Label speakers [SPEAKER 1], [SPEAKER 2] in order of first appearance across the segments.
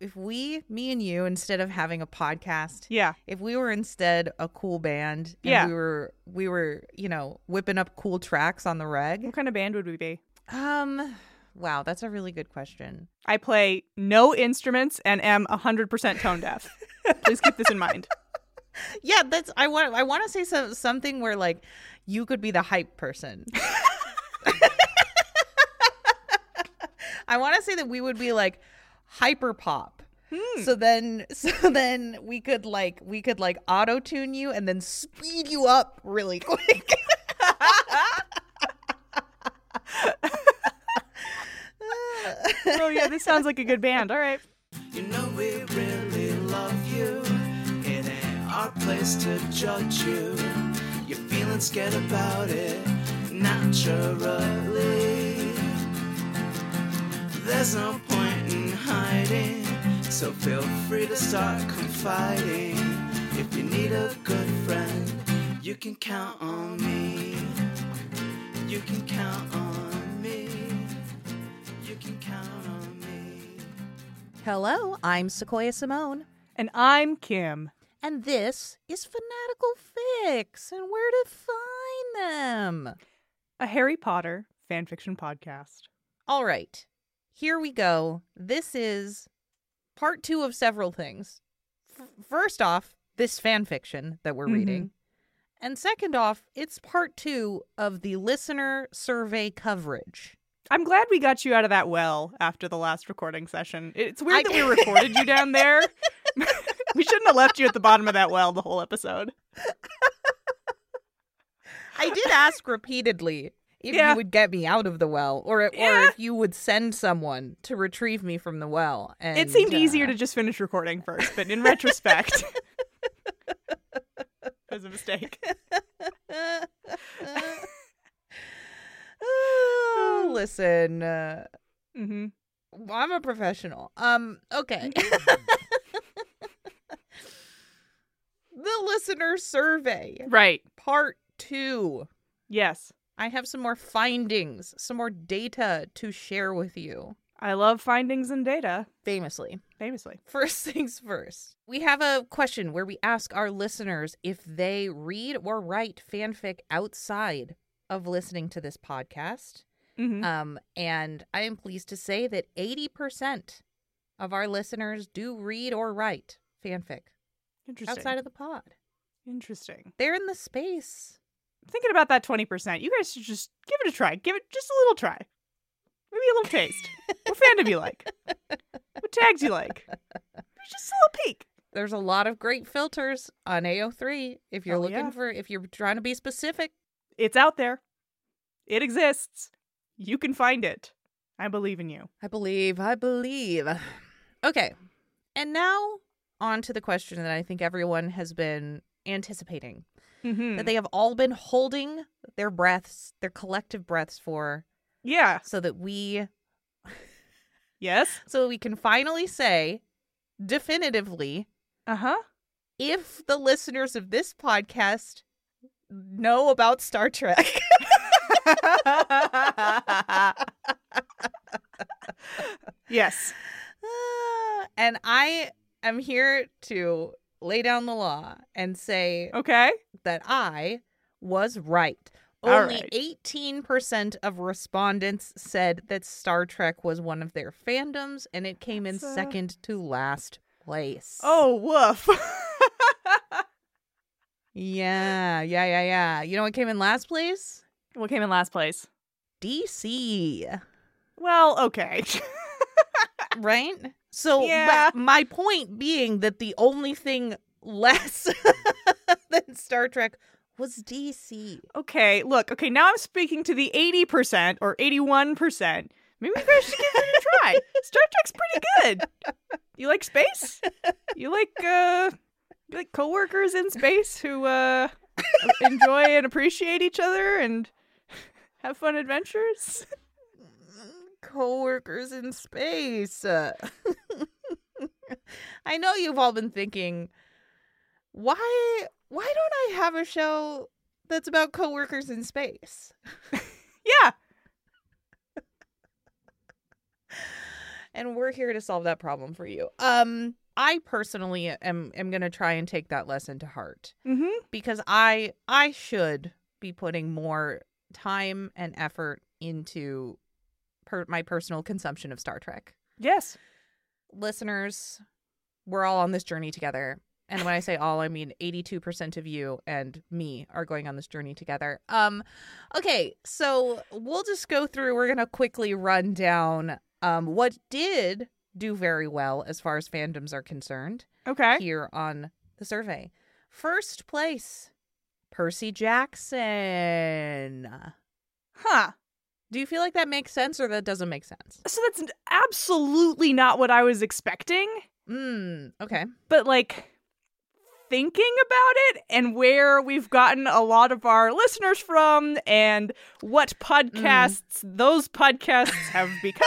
[SPEAKER 1] if we, me and you, instead of having a podcast,
[SPEAKER 2] Yeah.
[SPEAKER 1] if we were instead a cool band, and
[SPEAKER 2] Yeah.
[SPEAKER 1] we were we were you know whipping up cool tracks on the reg.
[SPEAKER 2] What kind of band would we be?
[SPEAKER 1] Um, wow, that's a really good question.
[SPEAKER 2] I play no instruments and am 100% tone deaf. Please keep this in mind.
[SPEAKER 1] Yeah, that's I want I want to say so, something where like you could be the hype person. I want to say that we would be like hyper pop. So then so then we could like we could like auto tune you and then speed you up really quick.
[SPEAKER 2] Oh, yeah, this sounds like a good band. All right.
[SPEAKER 3] You know we really love you. It ain't our place to judge you. You're feeling scared about it naturally. There's no point in hiding, so feel free to start confiding. If you need a good friend, you can count on me. You can count on me. You can count on me.
[SPEAKER 1] Hello, I'm Sequoia Simone.
[SPEAKER 2] And I'm Kim.
[SPEAKER 1] And this is Fanatical Fix and where to find them.
[SPEAKER 2] a Harry Potter fanfiction podcast.
[SPEAKER 1] All right. Here we go. This is part two of several things. F- first off, this fan fiction that we're
[SPEAKER 2] Mhm.
[SPEAKER 1] reading. And second off, it's part two of the listener survey coverage.
[SPEAKER 2] I'm glad we got you out of that well after the last recording session. It's weird
[SPEAKER 1] I-
[SPEAKER 2] that we recorded you down there. we shouldn't have left you at the bottom of that well the whole episode.
[SPEAKER 1] I did ask repeatedly if
[SPEAKER 2] Yeah.
[SPEAKER 1] you would get me out of the well or, or
[SPEAKER 2] Yeah.
[SPEAKER 1] if you would send someone to retrieve me from the well. And,
[SPEAKER 2] it seemed
[SPEAKER 1] uh,
[SPEAKER 2] easier to just finish recording first, but in retrospect, it was a mistake.
[SPEAKER 1] uh, Oh, Listen, uh,
[SPEAKER 2] hmm
[SPEAKER 1] I'm a professional. Um, okay. the listener survey,
[SPEAKER 2] Right.
[SPEAKER 1] part two.
[SPEAKER 2] Yes.
[SPEAKER 1] I have some more findings, some more data to share with you.
[SPEAKER 2] I love findings and data,
[SPEAKER 1] Famously.
[SPEAKER 2] famously.
[SPEAKER 1] First things first, we have a question where we ask our listeners if they read or write fanfic outside of listening to this podcast.
[SPEAKER 2] hmm
[SPEAKER 1] Um, and I am pleased to say that 80% of our listeners do read or write fanfic
[SPEAKER 2] Interesting.
[SPEAKER 1] outside of the pod.
[SPEAKER 2] Interesting.
[SPEAKER 1] They're in the space.
[SPEAKER 2] Thinking about that 20%, you guys should just give it a try. Give it just a little try. Maybe a little taste. what fandom you like? What tags you like? Maybe Just a little peek.
[SPEAKER 1] There's a lot of great filters on AO3 if you're
[SPEAKER 2] Oh,
[SPEAKER 1] looking
[SPEAKER 2] yeah.
[SPEAKER 1] for, if you're trying to be specific.
[SPEAKER 2] It's out there. It exists. You can find it. I believe in you.
[SPEAKER 1] I believe, I believe. Okay. And now on to the question that I think everyone has been anticipating.
[SPEAKER 2] Mm-hmm.
[SPEAKER 1] that they have all been holding their breaths, their collective breaths for,
[SPEAKER 2] yeah.
[SPEAKER 1] so that we,
[SPEAKER 2] Yes.
[SPEAKER 1] so we can finally say definitively
[SPEAKER 2] Uh huh.
[SPEAKER 1] if the listeners of this podcast know about Star Trek.
[SPEAKER 2] yes.
[SPEAKER 1] and I am here to lay down the law and say
[SPEAKER 2] Okay.
[SPEAKER 1] that I was right.
[SPEAKER 2] All
[SPEAKER 1] Only
[SPEAKER 2] right.
[SPEAKER 1] 18% of respondents said that Star Trek was one of their fandoms, and it came in
[SPEAKER 2] That's, uh,
[SPEAKER 1] second to last place.
[SPEAKER 2] Oh, woof.
[SPEAKER 1] yeah, yeah, yeah, yeah. You know what came in last place?
[SPEAKER 2] what came in last place?
[SPEAKER 1] DC,
[SPEAKER 2] Well, okay.
[SPEAKER 1] uh, right? So,
[SPEAKER 2] Yeah.
[SPEAKER 1] but my point being that the only thing less than Star Trek was DC.
[SPEAKER 2] Okay, look, okay, now I'm speaking to the 80% or 81%. Maybe you guys should give it a try. Star Trek's pretty good. You like space? You like uh you like coworkers in space who uh enjoy and appreciate each other and have fun adventures?
[SPEAKER 1] Mm, coworkers in space. Uh, I know you've all been thinking, why why don't I have a show that's about coworkers in space?
[SPEAKER 2] Yeah.
[SPEAKER 1] and we're here to solve that problem for you. Um, I personally am am gonna try and take that lesson to heart
[SPEAKER 2] Mm-hmm.
[SPEAKER 1] because I I should be putting more time and effort into per- my personal consumption of Star Trek.
[SPEAKER 2] Yes.
[SPEAKER 1] Listeners, we're all on this journey together. And when I say all, I mean 82% of you and me are going on this journey together. Um okay, so we'll just go through we're going to quickly run down um what did do very well as far as fandoms are concerned
[SPEAKER 2] Okay.
[SPEAKER 1] here on the survey. First place, Percy Jackson.
[SPEAKER 2] Huh.
[SPEAKER 1] Do you feel like that makes sense or that doesn't make sense?
[SPEAKER 2] So that's n- absolutely not what I was expecting,
[SPEAKER 1] Mm, okay.
[SPEAKER 2] but like thinking about it and where we've gotten a lot of our listeners from and what podcasts
[SPEAKER 1] Mm.
[SPEAKER 2] those podcasts have become.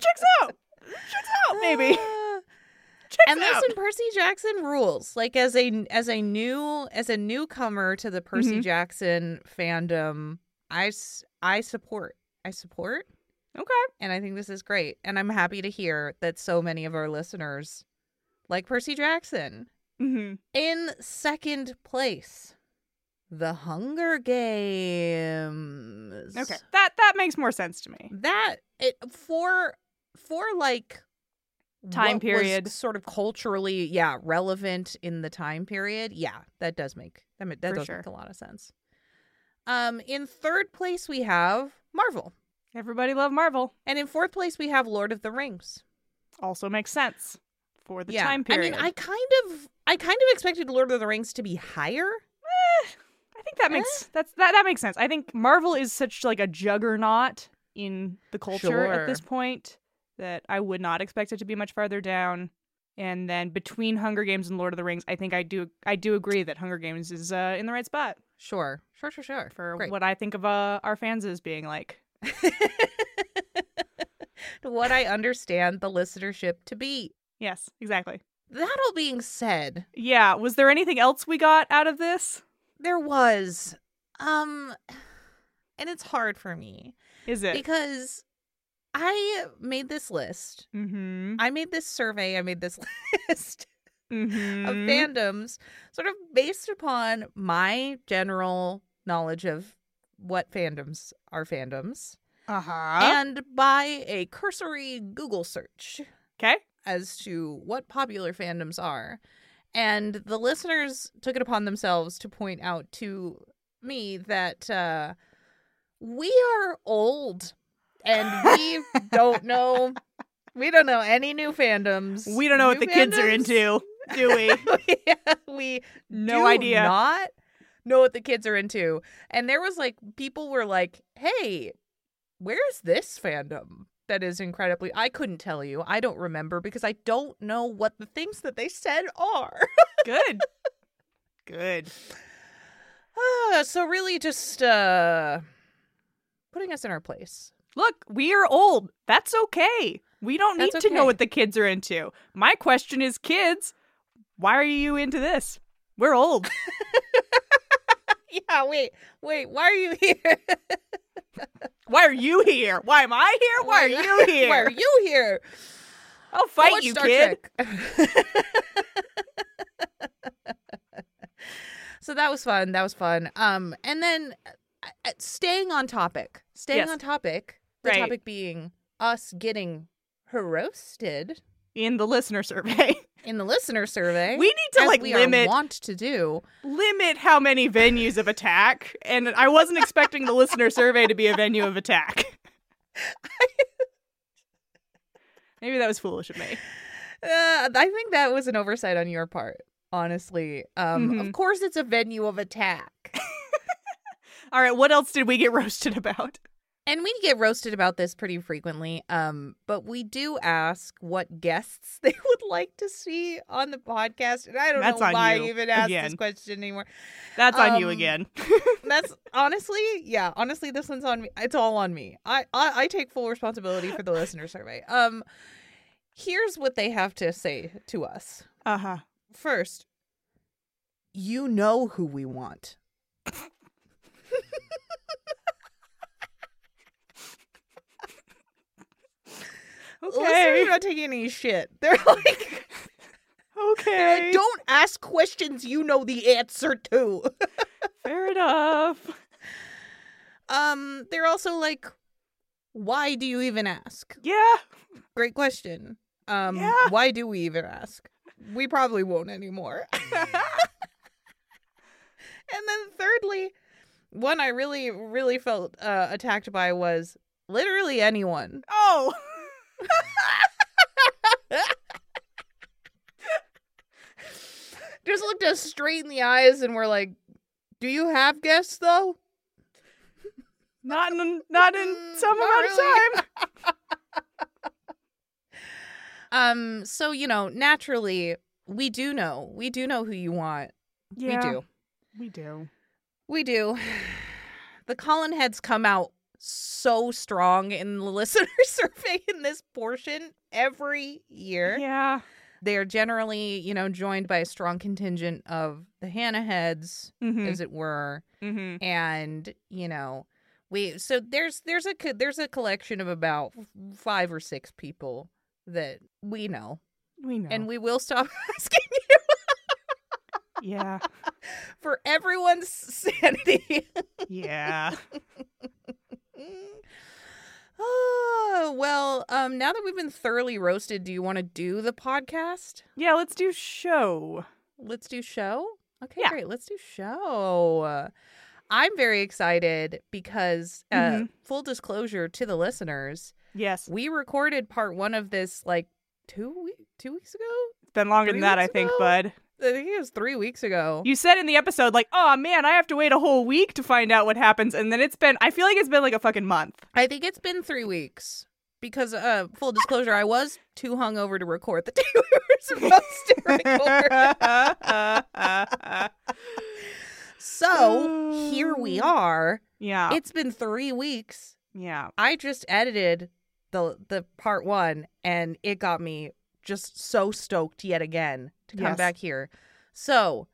[SPEAKER 2] Checks out. Checks out, Ah, maybe.
[SPEAKER 1] Ah.
[SPEAKER 2] Checks
[SPEAKER 1] and
[SPEAKER 2] out.
[SPEAKER 1] listen, Percy Jackson rules. Like as a as a new as a newcomer to the Percy
[SPEAKER 2] Mhm.
[SPEAKER 1] Jackson fandom, I s- I support. I support
[SPEAKER 2] Okay.
[SPEAKER 1] and I think this is great. And I'm happy to hear that so many of our listeners like Percy Jackson.
[SPEAKER 2] Mm-hmm.
[SPEAKER 1] In second place, The Hunger Games.
[SPEAKER 2] Okay. That that makes more sense to me.
[SPEAKER 1] That it, for for like
[SPEAKER 2] Time
[SPEAKER 1] what was
[SPEAKER 2] period.
[SPEAKER 1] sort of culturally, yeah, relevant in the time period. Yeah, that does make that, ma- that
[SPEAKER 2] For
[SPEAKER 1] does
[SPEAKER 2] sure.
[SPEAKER 1] make a lot of sense. Um, in third place we have Marvel,
[SPEAKER 2] Everybody love Marvel.
[SPEAKER 1] and in fourth place we have Lord of the Rings.
[SPEAKER 2] Also makes sense for the time period.
[SPEAKER 1] I mean, I kind of I kind of expected Lord of the Rings to be higher.
[SPEAKER 2] I think that makes that's that that makes sense. I think Marvel is such like a juggernaut in the culture at this
[SPEAKER 1] Sure.
[SPEAKER 2] point that I would not expect it to be much farther down. And then between Hunger Games and Lord of the Rings, I think I do I do agree that Hunger Games is uh, in the right spot
[SPEAKER 1] Sure, sure, sure, sure.
[SPEAKER 2] for
[SPEAKER 1] Great.
[SPEAKER 2] what I think of uh, our fans as being like.
[SPEAKER 1] to what I understand the listenership to be.
[SPEAKER 2] Yes, exactly.
[SPEAKER 1] That all being said,
[SPEAKER 2] Yeah. Was there anything else we got out of this?
[SPEAKER 1] there was um and it's hard for me
[SPEAKER 2] Is it?
[SPEAKER 1] because I made this list.
[SPEAKER 2] mm-hmm.
[SPEAKER 1] I made this survey, I made this list
[SPEAKER 2] Mm-hmm.
[SPEAKER 1] of fandoms sort of based upon my general knowledge of what fandoms are fandoms
[SPEAKER 2] Uh huh.
[SPEAKER 1] and by a cursory Google search.
[SPEAKER 2] Okay.
[SPEAKER 1] as to what popular fandoms are. And the listeners took it upon themselves to point out to me that uh, we are old and we don't know. We don't know any new fandoms.
[SPEAKER 2] We don't know what
[SPEAKER 1] New
[SPEAKER 2] the kids are
[SPEAKER 1] fandoms?
[SPEAKER 2] into, do we?
[SPEAKER 1] Yeah, we
[SPEAKER 2] No
[SPEAKER 1] do
[SPEAKER 2] idea.
[SPEAKER 1] Not know what the kids are into. And there was like people were like, "Hey, where's this fandom?" That is incredibly. I couldn't tell you. I don't remember because I don't know what the things that they said are.
[SPEAKER 2] Good. Good.
[SPEAKER 1] Ah, so really, just uh, putting us in our place.
[SPEAKER 2] Look, we are old. That's okay. We don't need
[SPEAKER 1] That's
[SPEAKER 2] to know
[SPEAKER 1] okay.
[SPEAKER 2] what the kids are into. My question is kids, why are you into this? We're old.
[SPEAKER 1] Yeah. Wait. Wait. Why are you here?
[SPEAKER 2] Why are you here? Why am I here? Why are you here?
[SPEAKER 1] Why are you here?
[SPEAKER 2] I'll
[SPEAKER 1] Go
[SPEAKER 2] fight
[SPEAKER 1] watch
[SPEAKER 2] you,
[SPEAKER 1] Star
[SPEAKER 2] kid.
[SPEAKER 1] Trek. so that was fun. That was fun. Um, and then uh, uh, staying on topic, staying
[SPEAKER 2] Yes.
[SPEAKER 1] on topic. The
[SPEAKER 2] Right.
[SPEAKER 1] topic being us getting roasted
[SPEAKER 2] In the listener survey.
[SPEAKER 1] in the listener survey.
[SPEAKER 2] We need to
[SPEAKER 1] as
[SPEAKER 2] like
[SPEAKER 1] we
[SPEAKER 2] limit
[SPEAKER 1] Are want to do.
[SPEAKER 2] limit how many venues of attack. And I wasn't expecting the listener survey to be a venue of attack. Maybe that was foolish of me.
[SPEAKER 1] Uh, I think that was an oversight on your part. Honestly, um, of
[SPEAKER 2] Mhm.
[SPEAKER 1] course, it's a venue of attack.
[SPEAKER 2] All right, what else did we get roasted about?
[SPEAKER 1] And we get roasted about this pretty frequently, um, but we do ask what guests they would like to see on the podcast. And I don't
[SPEAKER 2] That's
[SPEAKER 1] know
[SPEAKER 2] on
[SPEAKER 1] why I
[SPEAKER 2] you
[SPEAKER 1] even ask this
[SPEAKER 2] again.
[SPEAKER 1] question anymore.
[SPEAKER 2] That's on you
[SPEAKER 1] Um,
[SPEAKER 2] again.
[SPEAKER 1] That's honestly, yeah, honestly, this one's on me. It's all on me. I, I, I take full responsibility for the listener survey. Um, here's what they have to say to us.
[SPEAKER 2] Uh huh.
[SPEAKER 1] First, you know who we want. Listeners
[SPEAKER 2] Okay.
[SPEAKER 1] are not taking any shit. They're like,
[SPEAKER 2] Okay.
[SPEAKER 1] Uh, don't ask questions you know the answer to.
[SPEAKER 2] Fair enough.
[SPEAKER 1] Um, they're also like, why do you even ask?
[SPEAKER 2] Yeah.
[SPEAKER 1] Great question. Um,
[SPEAKER 2] Yeah.
[SPEAKER 1] why do we even ask? We probably won't anymore. And then thirdly, one I really, really felt uh, attacked by was literally anyone.
[SPEAKER 2] oh.
[SPEAKER 1] Just looked us straight in the eyes and were like, "Do you have guests though?"
[SPEAKER 2] Not in not in
[SPEAKER 1] Mm,
[SPEAKER 2] some
[SPEAKER 1] not
[SPEAKER 2] amount
[SPEAKER 1] really.
[SPEAKER 2] of time.
[SPEAKER 1] Um, so you know, naturally, we do know. We do know who you want. We do.
[SPEAKER 2] We do.
[SPEAKER 1] We do. The Colin heads come out so strong in the listener survey in this portion every year.
[SPEAKER 2] Yeah.
[SPEAKER 1] They are generally, you know, joined by a strong contingent of the Hannah heads,
[SPEAKER 2] Mm-hmm.
[SPEAKER 1] as it were,
[SPEAKER 2] Mm-hmm.
[SPEAKER 1] and you know, we. So there's there's a co- there's a collection of about five or six people that we know,
[SPEAKER 2] We know.
[SPEAKER 1] and we will stop asking
[SPEAKER 2] yeah.
[SPEAKER 1] for everyone's sanity.
[SPEAKER 2] Yeah.
[SPEAKER 1] oh Mm. well, um, now that we've been thoroughly roasted, do you want to do the podcast?
[SPEAKER 2] Yeah, let's do show.
[SPEAKER 1] Let's do show. Okay,
[SPEAKER 2] Yeah.
[SPEAKER 1] great. Let's do show. I'm very excited because uh,
[SPEAKER 2] Mhm.
[SPEAKER 1] full disclosure to the listeners,
[SPEAKER 2] Yes.
[SPEAKER 1] we recorded part one of this like two week, two weeks ago.
[SPEAKER 2] It's been longer
[SPEAKER 1] Three
[SPEAKER 2] than that, I
[SPEAKER 1] weeks
[SPEAKER 2] think,
[SPEAKER 1] ago?
[SPEAKER 2] bud.
[SPEAKER 1] I think it was three weeks ago.
[SPEAKER 2] You said in the episode, like, oh man, I have to wait a whole week to find out what happens. And then it's been, I feel like it's been like a fucking month.
[SPEAKER 1] I think it's been three weeks because uh, full disclosure, I was too hungover to record the day we were supposed to record.
[SPEAKER 2] yeah.
[SPEAKER 1] So here we are. It's been three weeks.
[SPEAKER 2] Yeah.
[SPEAKER 1] I just edited the the part one, and it got me just so stoked yet again to come
[SPEAKER 2] Yes.
[SPEAKER 1] back here. So,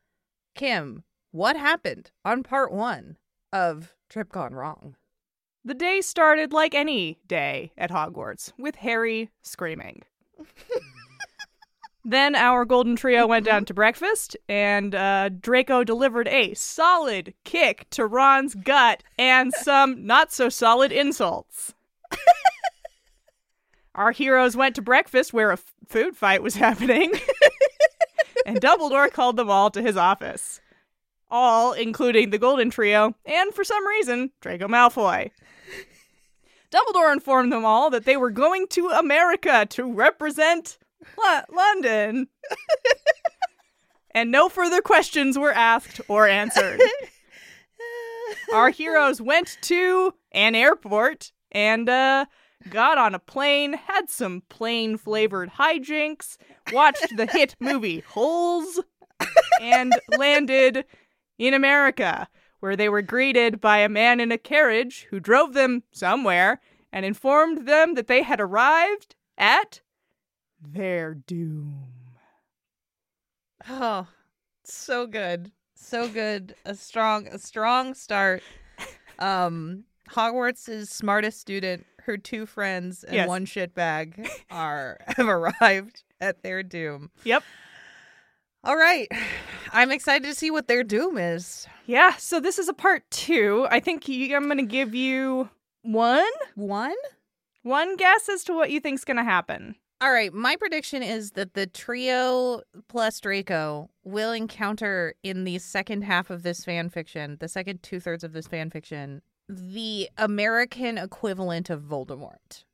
[SPEAKER 1] Kim, what happened on part one of Trip Gone Wrong?
[SPEAKER 2] The day started like any day at Hogwarts, with Harry screaming. then our golden trio went down to breakfast, and uh, Draco delivered a solid kick to Ron's gut and some not so solid insults. our heroes went to breakfast where a f- food fight was happening, and Dumbledore called them all to his office. All, including the Golden Trio, and for some reason, Draco Malfoy. Dumbledore informed them all that they were going to America to represent Lo- London. and no further questions were asked or answered. Our heroes went to an airport and uh, got on a plane, had some plane flavored hijinks, watched the hit movie Holes, and landed in America, where they were greeted by a man in a carriage who drove them somewhere and informed them that they had arrived at their doom.
[SPEAKER 1] Oh, so good, so good. A strong, a strong start. Um, Hogwarts' smartest student, her two friends, and
[SPEAKER 2] Yes.
[SPEAKER 1] one shitbag are have arrived at their doom.
[SPEAKER 2] Yep.
[SPEAKER 1] All right, I'm excited to see what their doom is.
[SPEAKER 2] Yeah, so this is a part two. I think you, I'm going to give you one
[SPEAKER 1] One.
[SPEAKER 2] one guess as to what you think's going to happen.
[SPEAKER 1] All right, my prediction is that the trio plus Draco will encounter in the second half of this fan fiction, the second two thirds of this fan fiction, the American equivalent of Voldemort.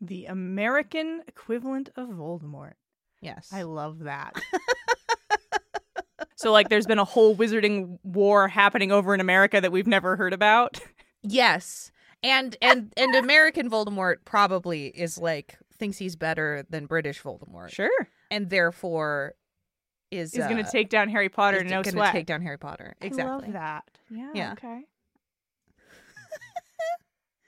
[SPEAKER 2] The American equivalent of Voldemort.
[SPEAKER 1] Yes.
[SPEAKER 2] I love that. so like there's been a whole wizarding war happening over in America that we've never heard about.
[SPEAKER 1] yes. And and and American Voldemort probably is like thinks he's better than British Voldemort
[SPEAKER 2] Sure.
[SPEAKER 1] and therefore is
[SPEAKER 2] He's going
[SPEAKER 1] uh,
[SPEAKER 2] to take down Harry Potter
[SPEAKER 1] is
[SPEAKER 2] no
[SPEAKER 1] gonna
[SPEAKER 2] sweat.
[SPEAKER 1] take down Harry Potter. Exactly.
[SPEAKER 2] I love that. Yeah.
[SPEAKER 1] Yeah.
[SPEAKER 2] Okay.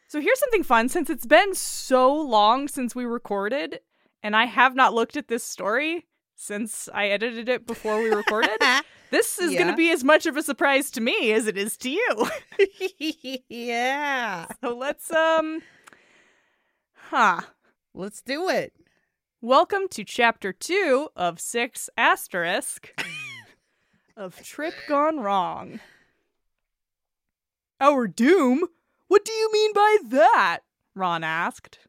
[SPEAKER 2] so here's something fun since it's been so long since we recorded and I have not looked at this story since I edited it before we recorded. this is going
[SPEAKER 1] Yeah.
[SPEAKER 2] to be as much of a surprise to me as it is to you.
[SPEAKER 1] yeah.
[SPEAKER 2] So let's um huh.
[SPEAKER 1] Let's do it.
[SPEAKER 2] Welcome to chapter two of six asterisk of Trip Gone Wrong. Our doom? What do you mean by that? Ron asked.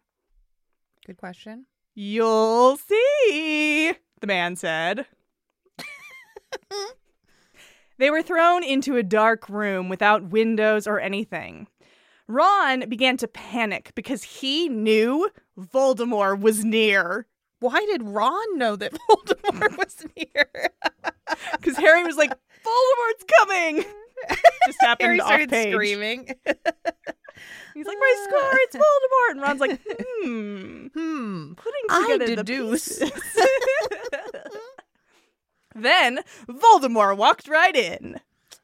[SPEAKER 1] Good question.
[SPEAKER 2] You'll see, the man said. they were thrown into a dark room without windows or anything. Ron began to panic because he knew Voldemort was near.
[SPEAKER 1] Why did Ron know that Voldemort was near?
[SPEAKER 2] Because Harry was like, Voldemort's coming! Just happened
[SPEAKER 1] Harry
[SPEAKER 2] off
[SPEAKER 1] started
[SPEAKER 2] page. Uh.
[SPEAKER 1] screaming.
[SPEAKER 2] He's like, my score, it's Voldemort! And Ron's like, hmm.
[SPEAKER 1] hmm.
[SPEAKER 2] putting
[SPEAKER 1] I
[SPEAKER 2] together the
[SPEAKER 1] deduce.
[SPEAKER 2] pieces. then Voldemort walked right in.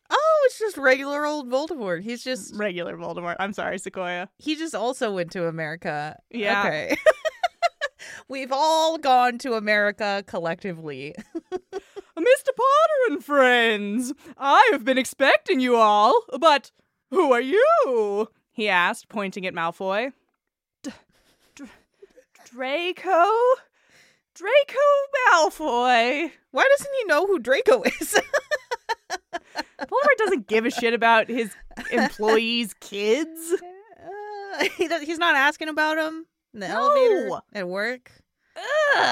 [SPEAKER 1] Oh, it's just regular old Voldemort. He's just
[SPEAKER 2] Regular Voldemort. I'm sorry, Sequoia.
[SPEAKER 1] he just also went to America.
[SPEAKER 2] Yeah.
[SPEAKER 1] Okay. We've all gone to America collectively.
[SPEAKER 2] Mr. Potter and friends, I have been expecting you all, but who are you? He asked, pointing at Malfoy. D- Dr- Draco? Draco Malfoy.
[SPEAKER 1] Why doesn't he know who Draco is?
[SPEAKER 2] Voldemort doesn't give a shit about his employees' kids.
[SPEAKER 1] Uh, he does, he's not asking about him in the elevator
[SPEAKER 2] No.
[SPEAKER 1] at work.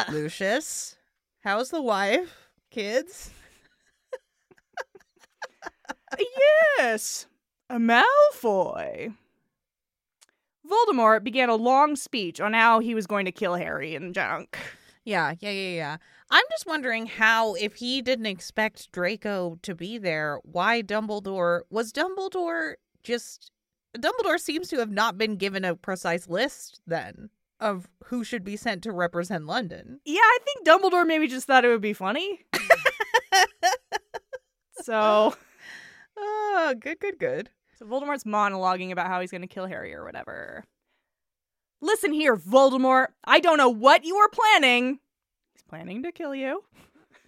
[SPEAKER 1] Lucius, how's the wife? Kids?
[SPEAKER 2] Yes, a Malfoy. Voldemort began a long speech on how he was going to kill Harry and junk.
[SPEAKER 1] Yeah, yeah, yeah, yeah. I'm just wondering how, if he didn't expect Draco to be there, why Dumbledore was Dumbledore just. Dumbledore seems to have not been given a precise list then of who should be sent to represent London.
[SPEAKER 2] Yeah, I think Dumbledore maybe just thought it would be funny. so, Ah,
[SPEAKER 1] Oh, good, good, good.
[SPEAKER 2] so Voldemort's monologuing about how he's going to kill Harry or whatever. Listen here, Voldemort. I don't know what you are planning. He's planning to kill you.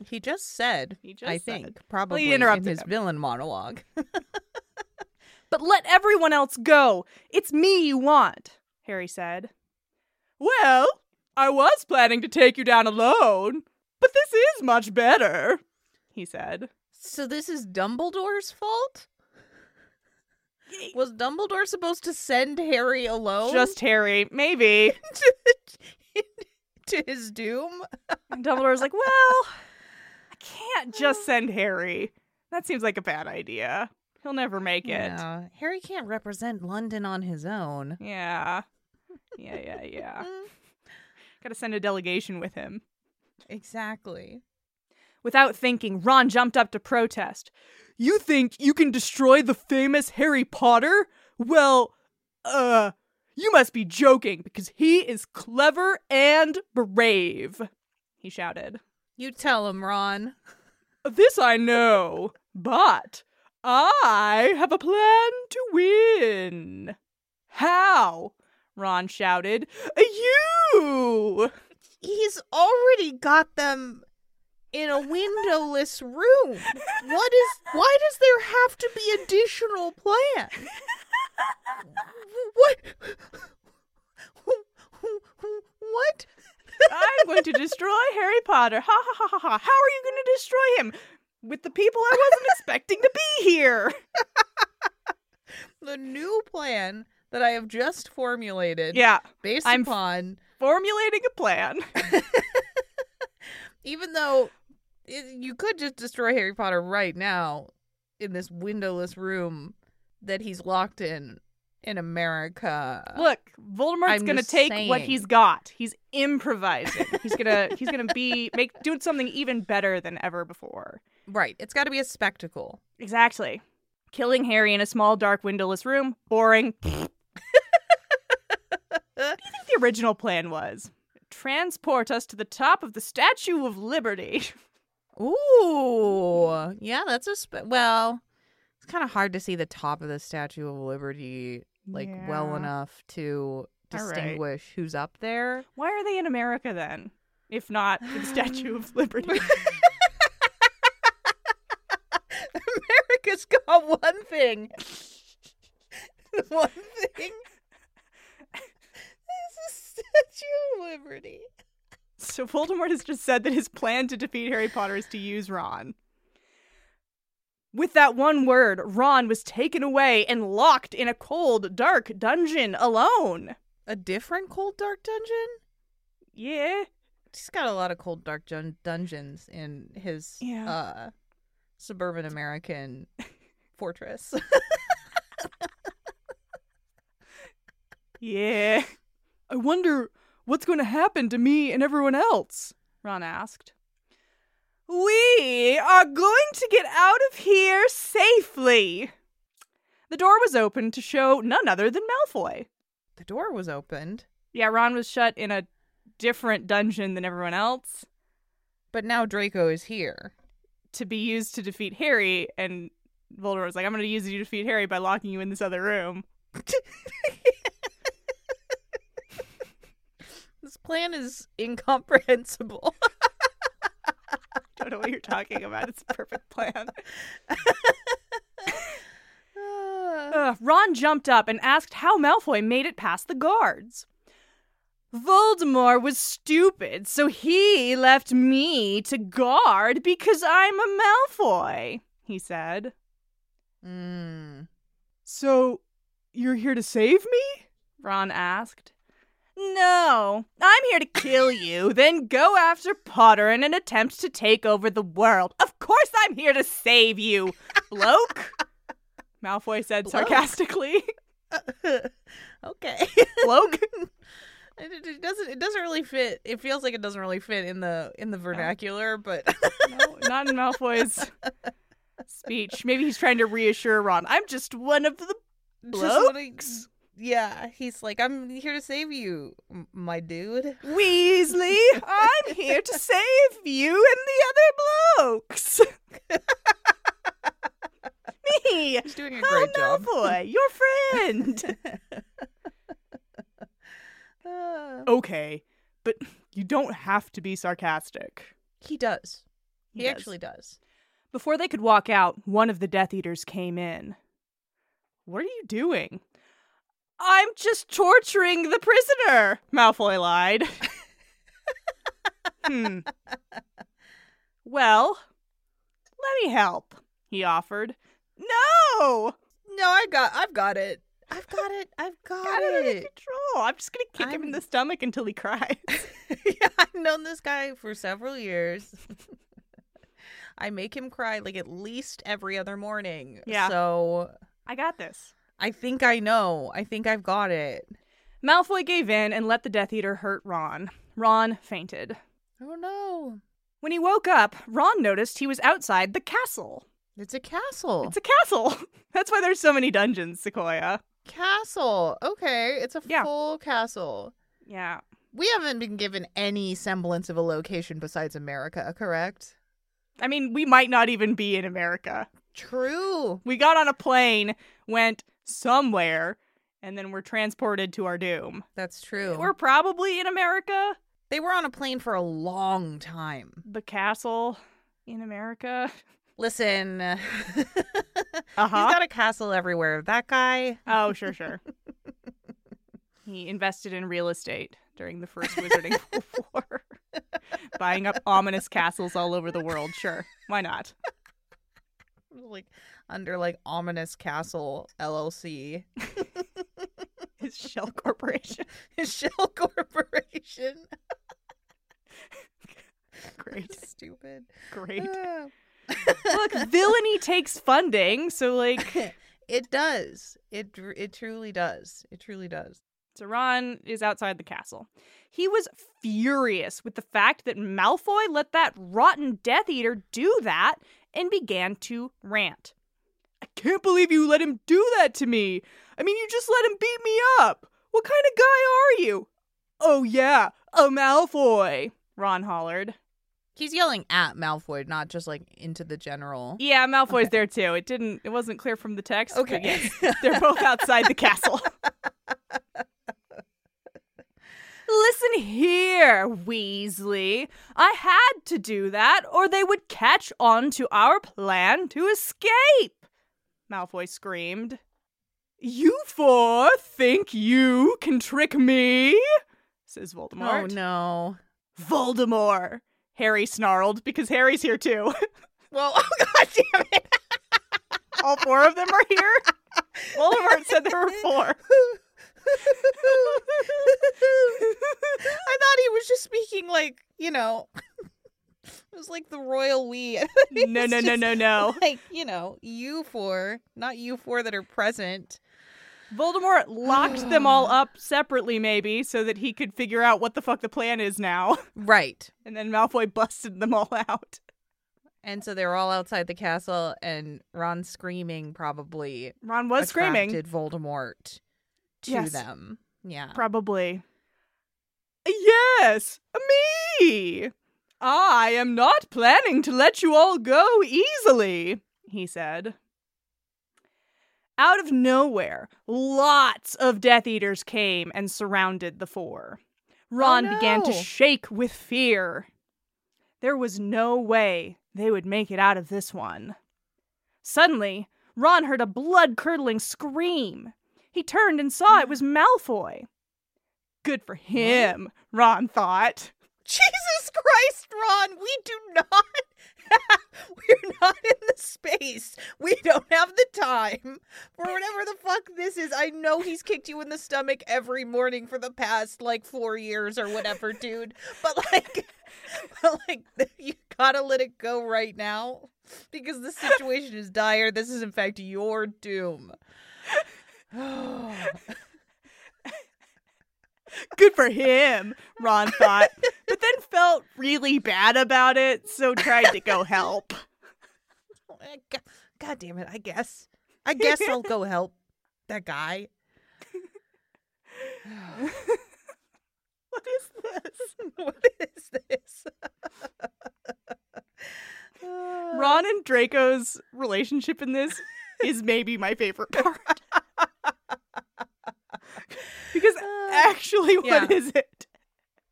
[SPEAKER 1] He just said,
[SPEAKER 2] He just
[SPEAKER 1] I
[SPEAKER 2] said.
[SPEAKER 1] think, probably in
[SPEAKER 2] interrupted
[SPEAKER 1] his
[SPEAKER 2] him.
[SPEAKER 1] villain monologue.
[SPEAKER 2] But let everyone else go. It's me you want, Harry said. Well, I was planning to take you down alone, but this is much better, he said.
[SPEAKER 1] So this is Dumbledore's fault? Was Dumbledore supposed to send Harry alone
[SPEAKER 2] Just Harry, maybe.
[SPEAKER 1] to his doom?
[SPEAKER 2] And Dumbledore's like, well, I can't just send Harry. That seems like a bad idea. He'll never make it.
[SPEAKER 1] No, Harry can't represent London on his own.
[SPEAKER 2] Yeah. Yeah, yeah, yeah.
[SPEAKER 1] Mm,
[SPEAKER 2] Gotta send a delegation with him.
[SPEAKER 1] Exactly.
[SPEAKER 2] Without thinking, Ron jumped up to protest. You think you can destroy the famous Harry Potter? Well, uh, you must be joking because he is clever and brave, he shouted.
[SPEAKER 1] You tell him, Ron.
[SPEAKER 2] This I know, but I have a plan to win. How? Ron shouted. You!
[SPEAKER 1] He's already got them in a windowless room. What is why does there have to be additional plan? What what?
[SPEAKER 2] I'm going to destroy Harry Potter. Ha ha ha ha ha. How are you going to destroy him? With the people I wasn't expecting to be here.
[SPEAKER 1] The new plan that I have just formulated
[SPEAKER 2] Yeah,
[SPEAKER 1] based
[SPEAKER 2] I'm-
[SPEAKER 1] upon
[SPEAKER 2] formulating a plan.
[SPEAKER 1] even though it, you could just destroy Harry Potter right now in this windowless room that he's locked in in America.
[SPEAKER 2] Look, Voldemort's
[SPEAKER 1] Uh, I'm
[SPEAKER 2] going to
[SPEAKER 1] just
[SPEAKER 2] take what
[SPEAKER 1] saying.
[SPEAKER 2] he's got. He's improvising. He's going to he's going to be make doing something even better than ever before.
[SPEAKER 1] Right. It's got to be a spectacle.
[SPEAKER 2] Exactly. Killing Harry in a small dark windowless room. Boring. what do you think the original plan was? Transport us to the top of the Statue of Liberty.
[SPEAKER 1] Ooh. Yeah, that's a spe- well, it's kind of hard to see the top of the Statue of Liberty like well
[SPEAKER 2] Yeah.
[SPEAKER 1] enough to
[SPEAKER 2] All right.
[SPEAKER 1] distinguish who's up there.
[SPEAKER 2] Why are they in America then? If not for the Statue of Liberty.
[SPEAKER 1] America's got one thing. one thing. It's a statue of celebrity.
[SPEAKER 2] So Voldemort has just said that his plan to defeat Harry Potter is to use Ron. With that one word, Ron was taken away and locked in a cold, dark dungeon alone.
[SPEAKER 1] A different cold dark dungeon?
[SPEAKER 2] Yeah.
[SPEAKER 1] He's got a lot of cold dark dun- dungeons in his
[SPEAKER 2] Yeah.
[SPEAKER 1] uh, suburban American fortress.
[SPEAKER 2] Yeah. I wonder what's going to happen to me and everyone else, Ron asked. We are going to get out of here safely. The door was open to show none other than Malfoy.
[SPEAKER 1] the door was opened,
[SPEAKER 2] Yeah, Ron was shut in a different dungeon than everyone else
[SPEAKER 1] but now Draco is here.
[SPEAKER 2] to be used to defeat Harry, and Voldemort was like, I'm going to use you to defeat Harry by locking you in this other room.
[SPEAKER 1] This plan is incomprehensible.
[SPEAKER 2] Don't know what you're talking about. It's a perfect plan.
[SPEAKER 1] Uh,
[SPEAKER 2] Ugh, Ron jumped up and asked how Malfoy made it past the guards. Voldemort was stupid, so he left me to guard because I'm a Malfoy, he said.
[SPEAKER 1] mm.
[SPEAKER 2] So, you're here to save me? Ron asked. No, I'm here to kill you, then go after Potter in an attempt to take over the world. Of course, I'm here to save you, bloke, Malfoy said
[SPEAKER 1] Bloke.
[SPEAKER 2] sarcastically.
[SPEAKER 1] okay.
[SPEAKER 2] bloke?
[SPEAKER 1] It, it- it doesn't. It doesn't really fit. It feels like it doesn't really fit in the in the vernacular, but
[SPEAKER 2] No, not in Malfoy's speech. Maybe he's trying to reassure Ron. I'm just one of the
[SPEAKER 1] Just wanna- yeah, he's like, I'm here to save you, m- my dude.
[SPEAKER 2] Weasley, I'm here to save you and the other blokes. Me,
[SPEAKER 1] He's doing a
[SPEAKER 2] Hal
[SPEAKER 1] great job.
[SPEAKER 2] Malfoy, your friend.
[SPEAKER 1] Uh,
[SPEAKER 2] okay, but you don't have to be sarcastic.
[SPEAKER 1] he does. He,
[SPEAKER 2] does.
[SPEAKER 1] actually does.
[SPEAKER 2] Before they could walk out, one of the Death Eaters came in. What are you doing? I'm just torturing the prisoner, Malfoy lied. hmm. Well, let me help, he offered. No!
[SPEAKER 1] No, I got. I've got it. I've got it. I've got,
[SPEAKER 2] Got it under
[SPEAKER 1] it.
[SPEAKER 2] control. I'm just going to kick him in
[SPEAKER 1] I'm-
[SPEAKER 2] the stomach until he cries.
[SPEAKER 1] yeah, I've known this guy for several years. I make him cry like at least every other morning.
[SPEAKER 2] Yeah.
[SPEAKER 1] So
[SPEAKER 2] I got this.
[SPEAKER 1] I think I know. I think I've got it.
[SPEAKER 2] Malfoy gave in and let the Death Eater hurt Ron. Ron fainted.
[SPEAKER 1] Oh no.
[SPEAKER 2] When he woke up, Ron noticed he was outside the castle.
[SPEAKER 1] It's a castle.
[SPEAKER 2] It's a castle. That's why there's so many dungeons, Sequoia.
[SPEAKER 1] castle. Okay, it's a
[SPEAKER 2] Yeah.
[SPEAKER 1] full castle.
[SPEAKER 2] Yeah.
[SPEAKER 1] We haven't been given any semblance of a location besides America, correct?
[SPEAKER 2] I mean, we might not even be in America.
[SPEAKER 1] True.
[SPEAKER 2] We got on a plane, went somewhere, and then were transported to our doom.
[SPEAKER 1] That's true.
[SPEAKER 2] We're probably in America.
[SPEAKER 1] they were on a plane for a long time.
[SPEAKER 2] The castle in America.
[SPEAKER 1] Listen, he's
[SPEAKER 2] Uh huh.
[SPEAKER 1] got a castle everywhere. That guy.
[SPEAKER 2] Oh, sure, sure. he invested in real estate during the first Wizarding War, buying up ominous castles all over the world. Sure. Why not?
[SPEAKER 1] Like under like ominous castle LLC,
[SPEAKER 2] His shell corporation.
[SPEAKER 1] his shell corporation.
[SPEAKER 2] Great.
[SPEAKER 1] Stupid.
[SPEAKER 2] Great.
[SPEAKER 1] Ah.
[SPEAKER 2] Look, villainy takes funding, so like
[SPEAKER 1] it does. It dr- it truly does. It truly does.
[SPEAKER 2] so Ron is outside the castle. He was furious with the fact that Malfoy let that rotten Death Eater do that and began to rant. I can't believe you let him do that to me. I mean, you just let him beat me up. What kind of guy are you? Oh yeah, a Malfoy. Ron hollered.
[SPEAKER 1] He's yelling at Malfoy, not just like into the general.
[SPEAKER 2] Yeah, Malfoy's there too. It didn't. It wasn't clear from the text. but
[SPEAKER 1] Okay.
[SPEAKER 2] yes. They're both outside the castle. Listen here, Weasley. I had to do that, or they would catch on to our plan to escape, Malfoy screamed. You four think you can trick me? says Voldemort.
[SPEAKER 1] Oh no.
[SPEAKER 2] Voldemort. Harry snarled because Harry's here too.
[SPEAKER 1] Well, oh god damn it.
[SPEAKER 2] All four of them are here. Voldemort said there were four.
[SPEAKER 1] I thought he was just speaking like, you know, it was like the royal we.
[SPEAKER 2] No, no, no, no, no.
[SPEAKER 1] Like, you know, you four, not you four that are present.
[SPEAKER 2] Voldemort locked them all up separately, maybe, so that he could figure out what the fuck the plan is now.
[SPEAKER 1] Right.
[SPEAKER 2] And then Malfoy busted them all out.
[SPEAKER 1] And so they're all outside the castle, and Ron screaming probably
[SPEAKER 2] Ron was screaming.
[SPEAKER 1] attracted Voldemort to
[SPEAKER 2] Yes.
[SPEAKER 1] them. Yeah.
[SPEAKER 2] Probably. Yes, me. I am not planning to let you all go easily, he said. Out of nowhere, lots of Death Eaters came and surrounded the four. Ron began to
[SPEAKER 1] Oh, no.
[SPEAKER 2] shake with fear. There was no way they would make it out of this one. Suddenly, Ron heard a blood curdling scream. He turned and saw it was Malfoy. Good for him, Ron thought.
[SPEAKER 1] Jesus Christ, Ron, we do not. We're not in the space. We don't have the time for whatever the fuck this is. I know he's kicked you in the stomach every morning for the past like four years or whatever, dude. But like, but like, you gotta let it go right now because the situation is dire. This is, in fact, your doom.
[SPEAKER 2] Good for him, Ron thought, but then felt really bad about it, so tried to go help.
[SPEAKER 1] God, God damn Eh, it, I guess. I guess I'll go help that guy.
[SPEAKER 2] What is this?
[SPEAKER 1] what is this? Ron-
[SPEAKER 2] Ron and Draco's relationship in this is maybe my favorite part. because
[SPEAKER 1] Eh.
[SPEAKER 2] actually, what is
[SPEAKER 1] yeah.
[SPEAKER 2] it?
[SPEAKER 1] Uh,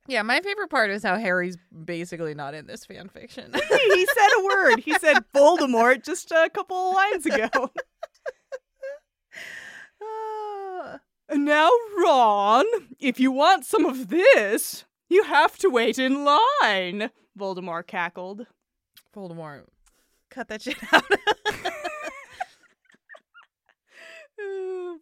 [SPEAKER 1] yeah, my favorite part is how Harry's basically not in this fan fiction.
[SPEAKER 2] He said a word. He said Voldemort just a couple of lines ago.
[SPEAKER 1] Ah.
[SPEAKER 2] Now, Ron, if you want some of this, you have to wait in line, Voldemort cackled.
[SPEAKER 1] Voldemort, cut that shit out.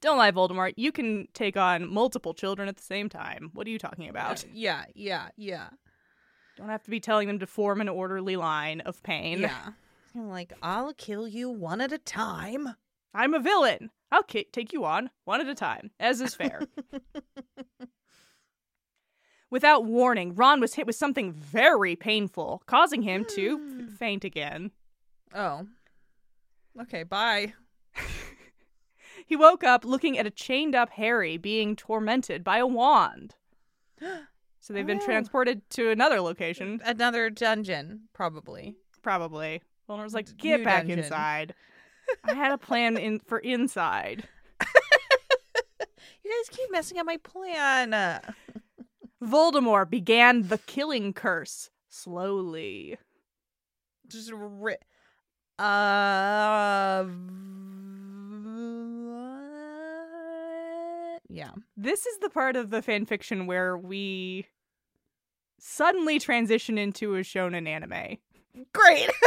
[SPEAKER 2] Don't lie, Voldemort. You can take on multiple children at the same time. What are you talking about?
[SPEAKER 1] yeah, yeah, yeah,
[SPEAKER 2] Don't have to be telling them to form an orderly line of pain.
[SPEAKER 1] yeah. I'm like, I'll kill you one at a time.
[SPEAKER 2] I'm a villain. I'll ki- take you on one at a time, as is fair. Without warning, Ron was hit with something very painful, causing him to f- faint again.
[SPEAKER 1] Oh, okay, bye.
[SPEAKER 2] He woke up looking at a chained up Harry being tormented by a wand. So they've been
[SPEAKER 1] Oh.
[SPEAKER 2] transported to another location,
[SPEAKER 1] Another dungeon, probably.
[SPEAKER 2] probably. Voldemort's like,
[SPEAKER 1] D-
[SPEAKER 2] get
[SPEAKER 1] new
[SPEAKER 2] back
[SPEAKER 1] dungeon."
[SPEAKER 2] inside. I had a plan in for inside.
[SPEAKER 1] You guys keep messing up my plan. Uh,
[SPEAKER 2] Voldemort began the killing curse slowly.
[SPEAKER 1] just ri- uh what? yeah
[SPEAKER 2] This is the part of the fanfiction where we suddenly transition into a shonen anime.
[SPEAKER 1] great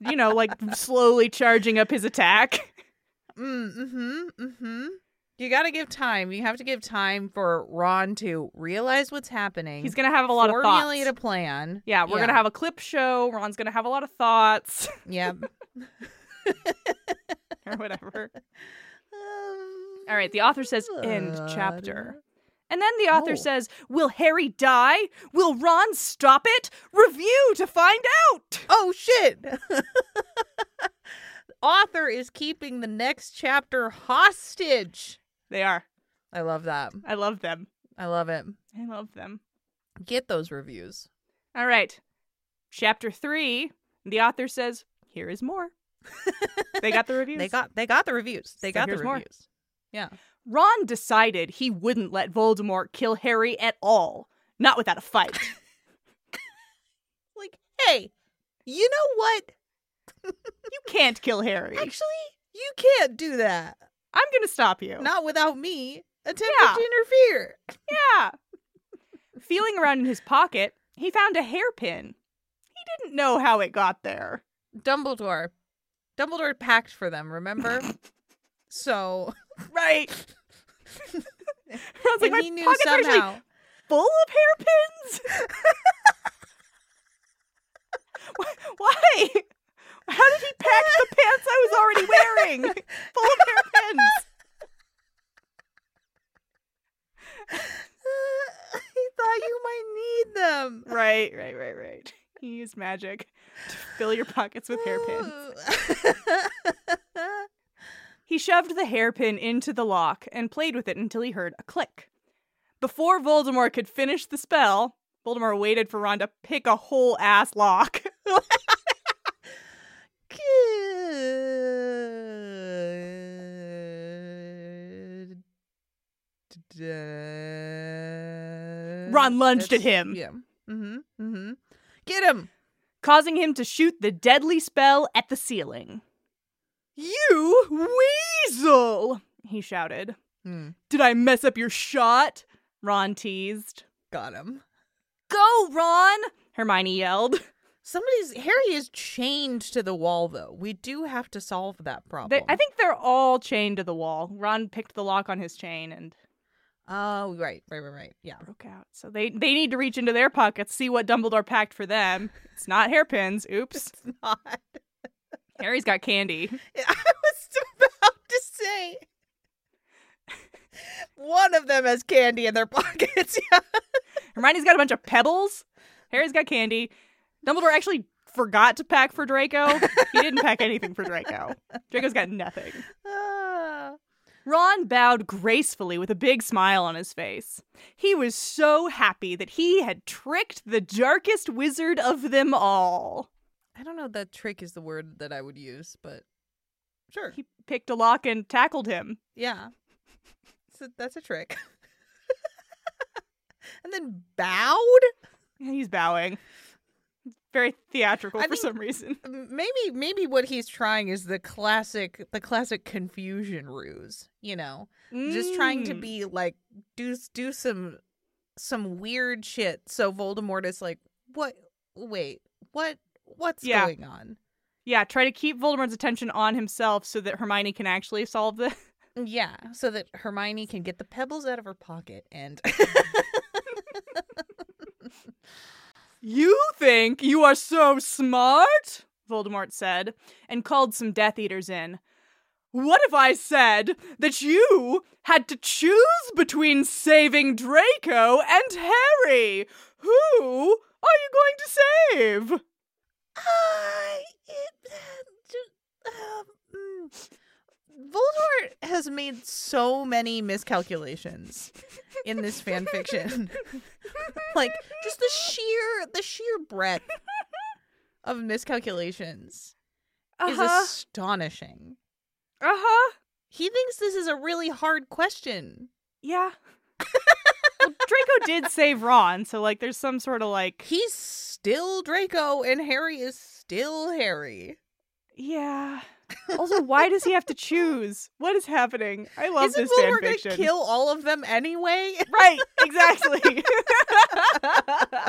[SPEAKER 2] You know, like slowly charging up his attack.
[SPEAKER 1] mm-hmm mm-hmm you gotta give time you have to give time for ron to realize what's happening
[SPEAKER 2] He's gonna have a lot of thoughts.
[SPEAKER 1] formulate a plan
[SPEAKER 2] Yeah, we're gonna have a clip show. Ron's gonna have a lot of thoughts
[SPEAKER 1] yeah
[SPEAKER 2] or whatever.
[SPEAKER 1] Um,
[SPEAKER 2] All right, the author says end chapter. And then the author
[SPEAKER 1] Oh.
[SPEAKER 2] says, Will Harry die? Will Ron stop it? Review to find out.
[SPEAKER 1] oh shit author is keeping the next chapter hostage
[SPEAKER 2] They are.
[SPEAKER 1] i love that
[SPEAKER 2] I love them.
[SPEAKER 1] i love it
[SPEAKER 2] I love them.
[SPEAKER 1] get those reviews
[SPEAKER 2] All right. Chapter three, the author says, Here is more. they got the reviews.
[SPEAKER 1] They got they got the reviews. They
[SPEAKER 2] So
[SPEAKER 1] got the
[SPEAKER 2] here's more.
[SPEAKER 1] reviews. Yeah.
[SPEAKER 2] Ron decided he wouldn't let Voldemort kill Harry at all. Not without a fight.
[SPEAKER 1] Like, hey, you know what?
[SPEAKER 2] you can't kill Harry.
[SPEAKER 1] Actually, you can't do that.
[SPEAKER 2] I'm gonna stop you.
[SPEAKER 1] Not without me. attempted
[SPEAKER 2] Yeah.
[SPEAKER 1] to interfere.
[SPEAKER 2] Yeah. Feeling around in his pocket, he found a hairpin. He didn't know how it got there.
[SPEAKER 1] Dumbledore. Dumbledore packed for them, remember? so
[SPEAKER 2] Right. I was
[SPEAKER 1] and
[SPEAKER 2] like, my
[SPEAKER 1] he knew
[SPEAKER 2] pocket's actually
[SPEAKER 1] somehow.
[SPEAKER 2] full of hairpins? Wh- Why? How did he pack the pants I was already wearing? Full of hairpins.
[SPEAKER 1] he thought you might need them.
[SPEAKER 2] Right, right, right, right. He used magic to fill your pockets with hairpins.
[SPEAKER 1] hairpins.
[SPEAKER 2] He shoved the hairpin into the lock and played with it until he heard a click. Before Voldemort could finish the spell, Voldemort waited for Ron to pick a whole ass lock.
[SPEAKER 1] Good.
[SPEAKER 2] Ron lunged at
[SPEAKER 1] That's-
[SPEAKER 2] him.
[SPEAKER 1] Yeah. Mm-hmm. Mm-hmm. Get him.
[SPEAKER 2] causing him to shoot the deadly spell at the ceiling. You weasel! he shouted.
[SPEAKER 1] Mm.
[SPEAKER 2] Did I mess up your shot? Ron teased.
[SPEAKER 1] Got him.
[SPEAKER 2] Go, Ron! Hermione yelled.
[SPEAKER 1] Somebody's Harry is chained to the wall, though. We do have to solve that problem.
[SPEAKER 2] They, I think they're all chained to the wall. Ron picked the lock on his chain and
[SPEAKER 1] Oh, right, right, right, right. Yeah.
[SPEAKER 2] broke out. So they, they need to reach into their pockets, see what Dumbledore packed for them. It's not hairpins. Oops.
[SPEAKER 1] It's not.
[SPEAKER 2] Harry's got candy.
[SPEAKER 1] I was about to say. One of them has candy in their pockets. Yeah.
[SPEAKER 2] Hermione's got a bunch of pebbles. Harry's got candy. Dumbledore actually forgot to pack for Draco. He didn't pack anything for Draco. Draco's got nothing.
[SPEAKER 1] Ah.
[SPEAKER 2] Ron bowed gracefully with a big smile on his face. He was so happy that he had tricked the darkest wizard of them all.
[SPEAKER 1] I don't know if that trick is the word that I would use, but sure.
[SPEAKER 2] He picked a lock and tackled him.
[SPEAKER 1] Yeah. So that's a trick. and then bowed?
[SPEAKER 2] He's bowing. Very theatrical
[SPEAKER 1] I
[SPEAKER 2] for
[SPEAKER 1] think-
[SPEAKER 2] some reason.
[SPEAKER 1] Maybe maybe what he's trying is the classic the classic confusion ruse, you know. just trying to
[SPEAKER 2] Mm.
[SPEAKER 1] be like do do some some weird shit so voldemort is like what wait what what's
[SPEAKER 2] Yeah.
[SPEAKER 1] going on
[SPEAKER 2] Yeah, try to keep Voldemort's attention on himself so that Hermione can actually solve this.
[SPEAKER 1] yeah so that hermione can get the pebbles out of her pocket and
[SPEAKER 2] You think you are so smart? Voldemort said, and called some Death Eaters in. What if I said that you had to choose between saving Draco and Harry? Who are you going to save?
[SPEAKER 1] I, it, ju- um, mm. Voldemort has made so many miscalculations in this fan fiction. like just the sheer the sheer breadth of miscalculations is
[SPEAKER 2] Uh-huh.
[SPEAKER 1] astonishing.
[SPEAKER 2] Uh huh.
[SPEAKER 1] He thinks this is a really hard question.
[SPEAKER 2] Yeah. well, Draco did save Ron, so like there's some sort of like
[SPEAKER 1] He's still Draco and Harry is still Harry.
[SPEAKER 2] yeah. Also, why does he have to choose? What is happening? I love
[SPEAKER 1] Isn't
[SPEAKER 2] this fan
[SPEAKER 1] Voldemort
[SPEAKER 2] fiction.
[SPEAKER 1] gonna kill all of them anyway?
[SPEAKER 2] Right, exactly.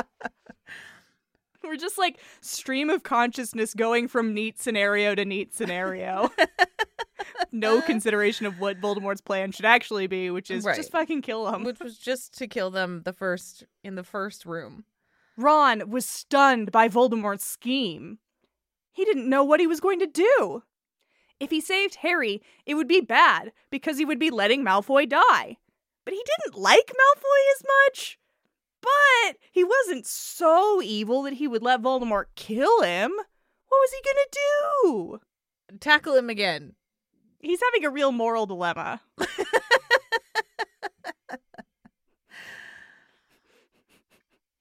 [SPEAKER 2] We're just like stream of consciousness going from neat scenario to neat scenario. no consideration of what Voldemort's plan should actually be, which is
[SPEAKER 1] Right.
[SPEAKER 2] just fucking kill him.
[SPEAKER 1] which was just to kill them the first in the first room.
[SPEAKER 2] Ron was stunned by Voldemort's scheme. He didn't know what he was going to do. If he saved Harry, it would be bad because he would be letting Malfoy die. But he didn't like Malfoy as much. But he wasn't so evil that he would let Voldemort kill him. What was he going to do?
[SPEAKER 1] Tackle him again.
[SPEAKER 2] He's having a real moral dilemma.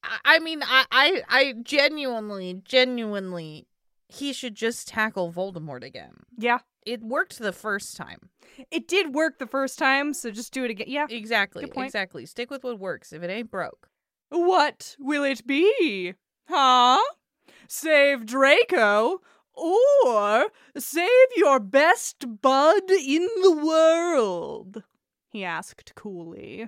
[SPEAKER 1] I, I mean, I, I, I genuinely, genuinely, he should just tackle Voldemort again.
[SPEAKER 2] Yeah.
[SPEAKER 1] It worked the first time.
[SPEAKER 2] It did work the first time, so just do it again. Yeah.
[SPEAKER 1] Exactly.
[SPEAKER 2] Good point.
[SPEAKER 1] Exactly. Stick with what works. If it ain't broke.
[SPEAKER 2] What will it be? Huh? Save Draco or save your best bud in the world? he asked coolly.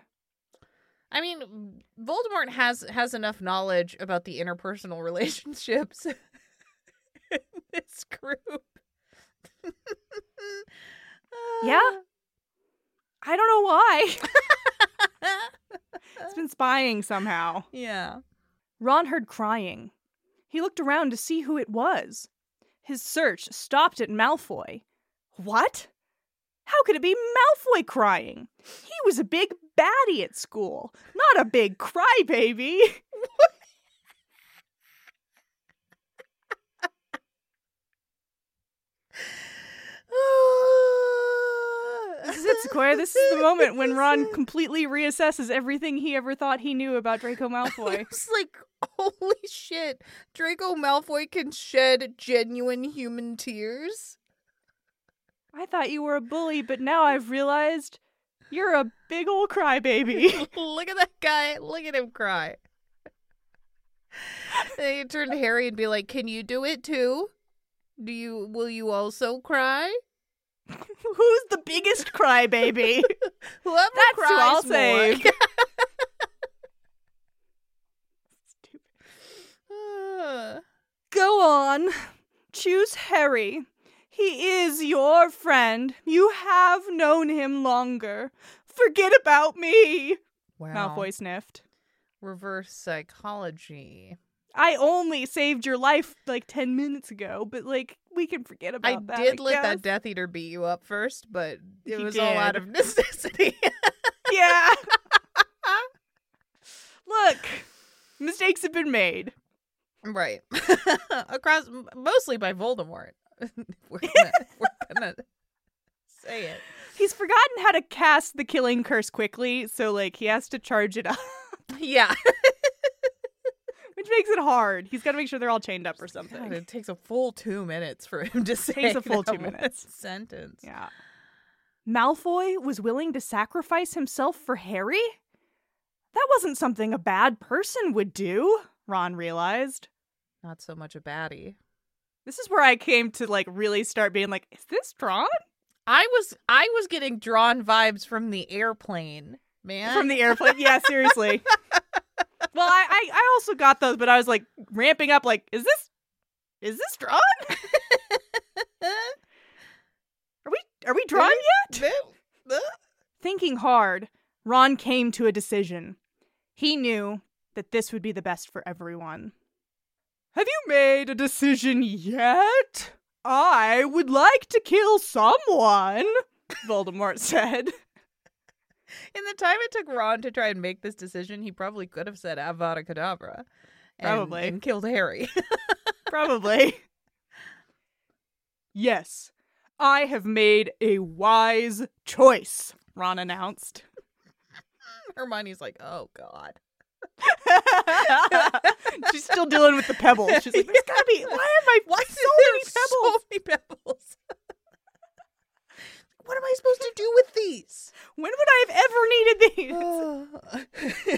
[SPEAKER 1] I mean, Voldemort has has enough knowledge about the interpersonal relationships in this group.
[SPEAKER 2] Yeah. I don't know why. It's been spying somehow.
[SPEAKER 1] yeah.
[SPEAKER 2] Ron heard crying. He looked around to see who it was. His search stopped at Malfoy. What? How could it be Malfoy crying? He was a big baddie at school, not a big crybaby. This is it, Sequoia. This is the moment when Ron completely reassesses everything he ever thought he knew about Draco Malfoy.
[SPEAKER 1] It's like, holy shit, Draco Malfoy can shed genuine human tears.
[SPEAKER 2] I thought you were a bully, but now I've realized you're a big ol' crybaby.
[SPEAKER 1] Look at that guy. Look at him cry. And then you turn to Harry and be like, "Can you do it too? Do you? Will you also cry?
[SPEAKER 2] Who's the biggest crybaby?
[SPEAKER 1] Whoever
[SPEAKER 2] That's who
[SPEAKER 1] cries
[SPEAKER 2] I'll
[SPEAKER 1] more."
[SPEAKER 2] save.
[SPEAKER 1] Uh,
[SPEAKER 2] Go on. Choose Harry. He is your friend. You have known him longer. Forget about me.
[SPEAKER 1] wow.
[SPEAKER 2] Malfoy sniffed.
[SPEAKER 1] Reverse psychology.
[SPEAKER 2] I only saved your life like 10 minutes ago, but like we can forget about
[SPEAKER 1] I
[SPEAKER 2] that.
[SPEAKER 1] did let that
[SPEAKER 2] guess.
[SPEAKER 1] Death Eater beat you up first, but it
[SPEAKER 2] He
[SPEAKER 1] was all out
[SPEAKER 2] did.
[SPEAKER 1] of necessity.
[SPEAKER 2] Yeah. Look, mistakes have been made.
[SPEAKER 1] Right. Across m- mostly by Voldemort. we're, gonna, we're gonna say it.
[SPEAKER 2] He's forgotten how to cast the killing curse quickly, so like he has to charge it up,
[SPEAKER 1] Yeah.
[SPEAKER 2] which makes it hard. He's got to make sure they're all chained up or something.
[SPEAKER 1] God, it takes a full two minutes for him to say
[SPEAKER 2] Takes a full
[SPEAKER 1] that
[SPEAKER 2] two
[SPEAKER 1] one
[SPEAKER 2] minutes.
[SPEAKER 1] sentence.
[SPEAKER 2] Yeah. Malfoy was willing to sacrifice himself for Harry? That wasn't something a bad person would do, Ron realized.
[SPEAKER 1] Not so much a baddie.
[SPEAKER 2] This is where I came to like really start being like, is this drawn?
[SPEAKER 1] I was I was getting drawn vibes from the airplane, man.
[SPEAKER 2] From the airplane. Yeah, seriously. well, I, I I also got those, but I was like ramping up like, is this is this drawn? Are we are we drawn yet? Thinking hard, Ron came to a decision. He knew that this would be the best for everyone. Have you made a decision yet? I would like to kill someone, Voldemort said.
[SPEAKER 1] In the time it took Ron to try and make this decision, he probably could have said Avada Kedavra. and-
[SPEAKER 2] Probably.
[SPEAKER 1] and killed Harry.
[SPEAKER 2] Probably. yes, I have made a wise choice, Ron announced.
[SPEAKER 1] Hermione's like, oh god.
[SPEAKER 2] She's still dealing with the pebbles. She's like, there's gotta be, why am I
[SPEAKER 1] Why
[SPEAKER 2] so many
[SPEAKER 1] is there so many pebbles? what am I supposed to do with these?
[SPEAKER 2] When would I have ever needed these?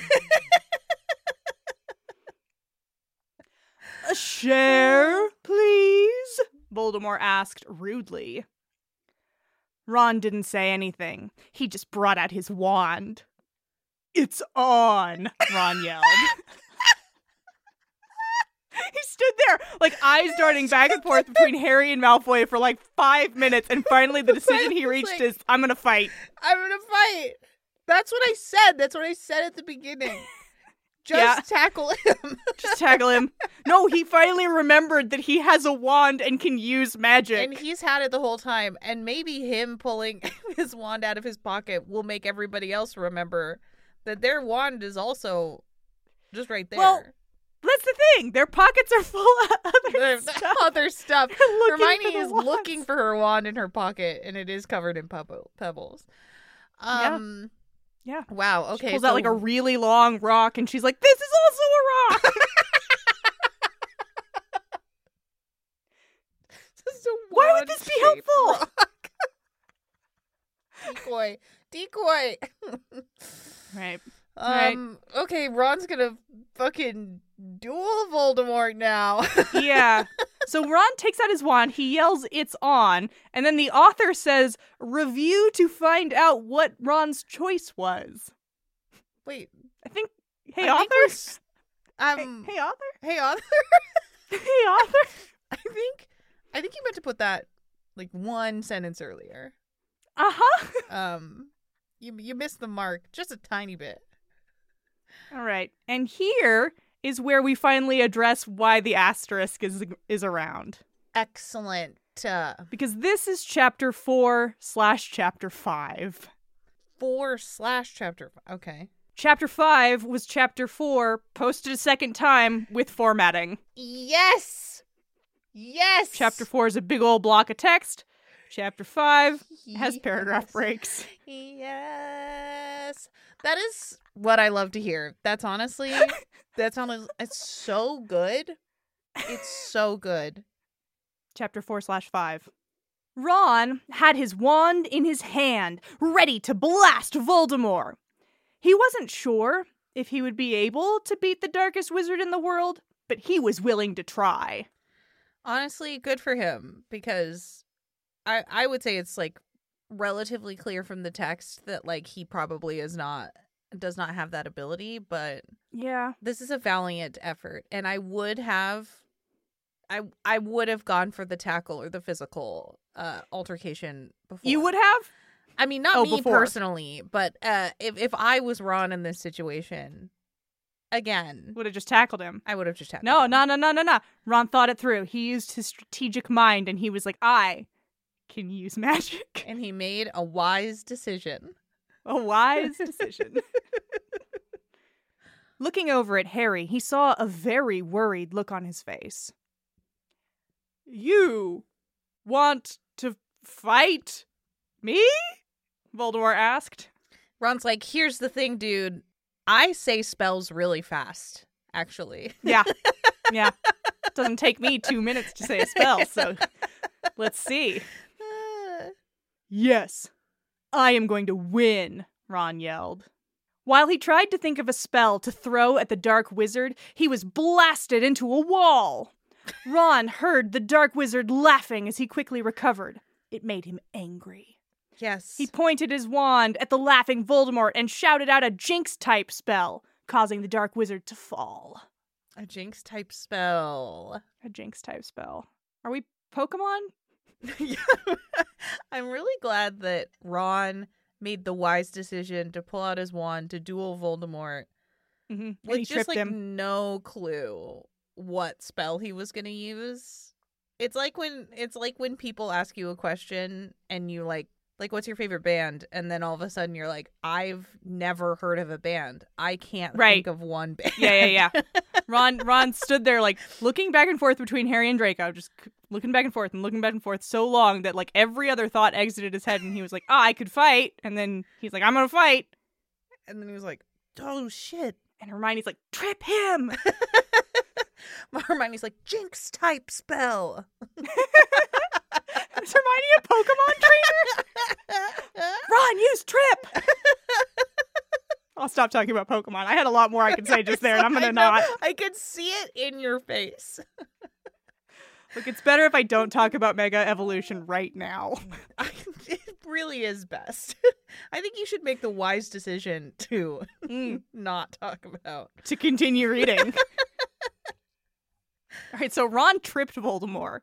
[SPEAKER 2] A share, please? Uh, Voldemort asked rudely. Ron didn't say anything. He just brought out his wand. It's on, Ron yelled. he stood there, like eyes darting back and forth between Harry and Malfoy for like five minutes, and finally the decision he reached
[SPEAKER 1] Like-
[SPEAKER 2] is I'm gonna fight.
[SPEAKER 1] I'm gonna fight. That's what I said. That's what I said at the beginning. Just
[SPEAKER 2] Yeah.
[SPEAKER 1] tackle him.
[SPEAKER 2] Just tackle him. No, he finally remembered that he has a wand and can use magic.
[SPEAKER 1] And he's had it the whole time. And maybe him pulling his wand out of his pocket will make everybody else remember that their wand is also just right there.
[SPEAKER 2] Well, That's the thing. Their pockets are full of other
[SPEAKER 1] Their-
[SPEAKER 2] stuff.
[SPEAKER 1] other stuff.
[SPEAKER 2] They're looking for
[SPEAKER 1] Hermione
[SPEAKER 2] the
[SPEAKER 1] is
[SPEAKER 2] wands.
[SPEAKER 1] looking for her wand in her pocket, and it is covered in pebble- pebbles.
[SPEAKER 2] Yeah.
[SPEAKER 1] Um,
[SPEAKER 2] Yeah.
[SPEAKER 1] Wow. Okay.
[SPEAKER 2] Pulls
[SPEAKER 1] so
[SPEAKER 2] out like a really long rock, and she's like, "This is also a rock.
[SPEAKER 1] just a
[SPEAKER 2] Why would this be
[SPEAKER 1] wand-shaped
[SPEAKER 2] helpful?"
[SPEAKER 1] rock. Decoy. Decoy.
[SPEAKER 2] right. Right.
[SPEAKER 1] Um. Okay. Ron's gonna fucking duel Voldemort now.
[SPEAKER 2] Yeah. So Ron takes out his wand, he yells, It's on. And then the author says, Review to find out what Ron's choice was.
[SPEAKER 1] Wait.
[SPEAKER 2] I think, hey,
[SPEAKER 1] I think we're
[SPEAKER 2] author?
[SPEAKER 1] s-
[SPEAKER 2] Hey,
[SPEAKER 1] Um.
[SPEAKER 2] hey, author?
[SPEAKER 1] hey, author.
[SPEAKER 2] Hey, author?
[SPEAKER 1] I think, I think you meant to put that like one sentence earlier.
[SPEAKER 2] Uh huh.
[SPEAKER 1] Um, you you missed the mark just a tiny bit.
[SPEAKER 2] All right. And here is where we finally address why the asterisk is is around.
[SPEAKER 1] Excellent. Uh,
[SPEAKER 2] Because this is chapter four slash chapter five.
[SPEAKER 1] four slash chapter. f- Okay.
[SPEAKER 2] Chapter five was chapter four, posted a second time with formatting.
[SPEAKER 1] Yes. Yes.
[SPEAKER 2] Chapter four is a big old block of text. Chapter five has
[SPEAKER 1] Yes.
[SPEAKER 2] paragraph breaks.
[SPEAKER 1] Yes. That is what I love to hear. That's honestly that's honestly it's so good. It's so good.
[SPEAKER 2] Chapter four slash five. Ron had his wand in his hand, ready to blast Voldemort. He wasn't sure if he would be able to beat the darkest wizard in the world, but he was willing to try.
[SPEAKER 1] Honestly, good for him because I I would say it's like relatively clear from the text that like he probably is not does not have that ability, but
[SPEAKER 2] Yeah.
[SPEAKER 1] this is a valiant effort and i would have i i would have gone for the tackle or the physical uh altercation before
[SPEAKER 2] You would have?
[SPEAKER 1] i mean not
[SPEAKER 2] Oh,
[SPEAKER 1] me
[SPEAKER 2] before.
[SPEAKER 1] personally but uh if, if i was ron in this situation again
[SPEAKER 2] Would have just tackled him.
[SPEAKER 1] i would have just tackled
[SPEAKER 2] No,
[SPEAKER 1] him.
[SPEAKER 2] no, no, no, no, no. Ron thought it through. He used his strategic mind and he was like, I can use magic.
[SPEAKER 1] and he made a wise decision
[SPEAKER 2] A wise decision. Looking over at Harry, he saw a very worried look on his face. You want to fight me? Voldemort asked.
[SPEAKER 1] ron's like here's the thing dude i say spells really fast actually
[SPEAKER 2] Yeah. Yeah. Doesn't take me two minutes to say a spell, so let's see. Yes, I am going to win, Ron yelled. While he tried to think of a spell to throw at the dark wizard, he was blasted into a wall. Ron heard the dark wizard laughing as he quickly recovered. It made him angry.
[SPEAKER 1] yes
[SPEAKER 2] He pointed his wand at the laughing Voldemort and shouted out a jinx type spell, causing the dark wizard to fall.
[SPEAKER 1] a jinx type spell
[SPEAKER 2] A jinx type spell. Are we Pokemon?
[SPEAKER 1] Yeah. I'm really glad that Ron made the wise decision to pull out his wand to duel Voldemort
[SPEAKER 2] Mm-hmm.
[SPEAKER 1] with
[SPEAKER 2] he
[SPEAKER 1] just
[SPEAKER 2] tripped
[SPEAKER 1] like
[SPEAKER 2] him.
[SPEAKER 1] no clue what spell he was going to use. It's like when it's like when people ask you a question and you like like what's your favorite band and then all of a sudden you're like I've never heard of a band. I can't
[SPEAKER 2] Right.
[SPEAKER 1] think of one band.
[SPEAKER 2] Yeah, yeah, yeah. Ron Ron stood there like looking back and forth between Harry and Draco, just c- looking back and forth and looking back and forth so long that like every other thought exited his head and he was like, "Ah, I could fight." And then he's like, "I'm going to fight."
[SPEAKER 1] And then he was like, "Oh shit."
[SPEAKER 2] And Hermione's like, "Trip him."
[SPEAKER 1] Hermione's like, "Jinx type spell."
[SPEAKER 2] Is Hermione a Pokemon trainer? Ron, use Trip. I'll stop talking about Pokemon. I had a lot more I could say just there, and I'm going
[SPEAKER 1] I
[SPEAKER 2] to
[SPEAKER 1] know.
[SPEAKER 2] not.
[SPEAKER 1] I could see it in your face.
[SPEAKER 2] Look, it's better if I don't talk about Mega Evolution right now.
[SPEAKER 1] I, it really is best. I think you should make the wise decision to Hmm.
[SPEAKER 2] Mm.
[SPEAKER 1] not talk about.
[SPEAKER 2] to continue reading. All right, so Ron tripped Voldemort.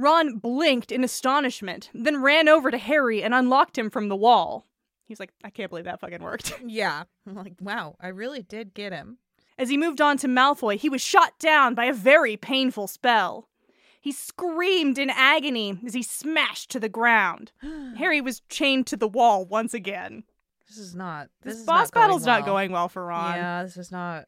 [SPEAKER 2] Ron blinked in astonishment, then ran over to Harry and unlocked him from the wall. He's like, I can't believe that fucking worked.
[SPEAKER 1] Yeah. I'm like, wow, I really did get him.
[SPEAKER 2] As he moved on to Malfoy, he was shot down by a very painful spell. He screamed in agony as he smashed to the ground. Harry was chained to the wall once again.
[SPEAKER 1] This is not. This,
[SPEAKER 2] This,
[SPEAKER 1] is
[SPEAKER 2] boss
[SPEAKER 1] not going
[SPEAKER 2] battle's not
[SPEAKER 1] well.
[SPEAKER 2] going well for Ron.
[SPEAKER 1] Yeah, this is not.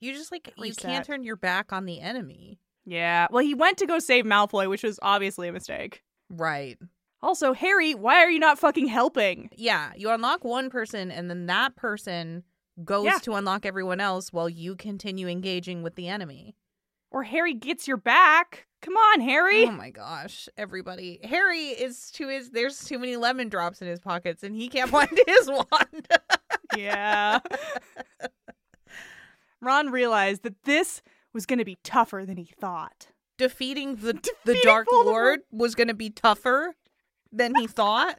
[SPEAKER 1] You just like you
[SPEAKER 2] least
[SPEAKER 1] can't
[SPEAKER 2] that.
[SPEAKER 1] turn your back on the enemy.
[SPEAKER 2] yeah. Well, he went to go save Malfoy, which was obviously a mistake.
[SPEAKER 1] Right.
[SPEAKER 2] Also, Harry, why are you not fucking helping?
[SPEAKER 1] Yeah. You unlock one person, and then that person goes
[SPEAKER 2] Yeah.
[SPEAKER 1] to unlock everyone else while you continue engaging with the enemy.
[SPEAKER 2] Or Harry gets your back. Come on, Harry.
[SPEAKER 1] Oh my gosh, everybody. Harry is too his there's too many lemon drops in his pockets and he can't find his wand.
[SPEAKER 2] yeah. Ron realized that this was going to be tougher than he thought.
[SPEAKER 1] defeating the the Dark
[SPEAKER 2] Voldemort.
[SPEAKER 1] Lord was going to be tougher than he thought.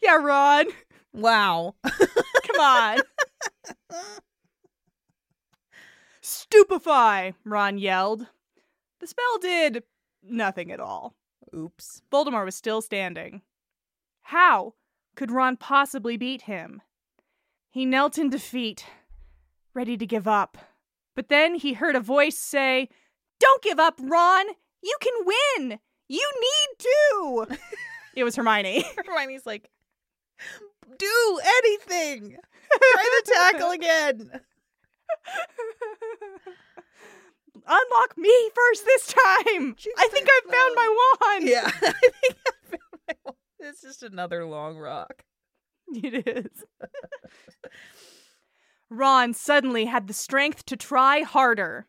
[SPEAKER 2] Yeah, Ron.
[SPEAKER 1] Wow.
[SPEAKER 2] Come on. Stupefy, Ron yelled. The spell did nothing at all.
[SPEAKER 1] Oops.
[SPEAKER 2] Voldemort was still standing. How could Ron possibly beat him? He knelt in defeat, ready to give up. But then he heard a voice say, Don't give up, Ron! You can win! You need to! it was Hermione.
[SPEAKER 1] Hermione's like, do anything. Try the tackle again.
[SPEAKER 2] Unlock me first this time!
[SPEAKER 1] She's
[SPEAKER 2] I think
[SPEAKER 1] like,
[SPEAKER 2] I've found my wand!
[SPEAKER 1] Yeah, I think I found my one. It's just another long rock.
[SPEAKER 2] It is. Ron suddenly had the strength to try harder.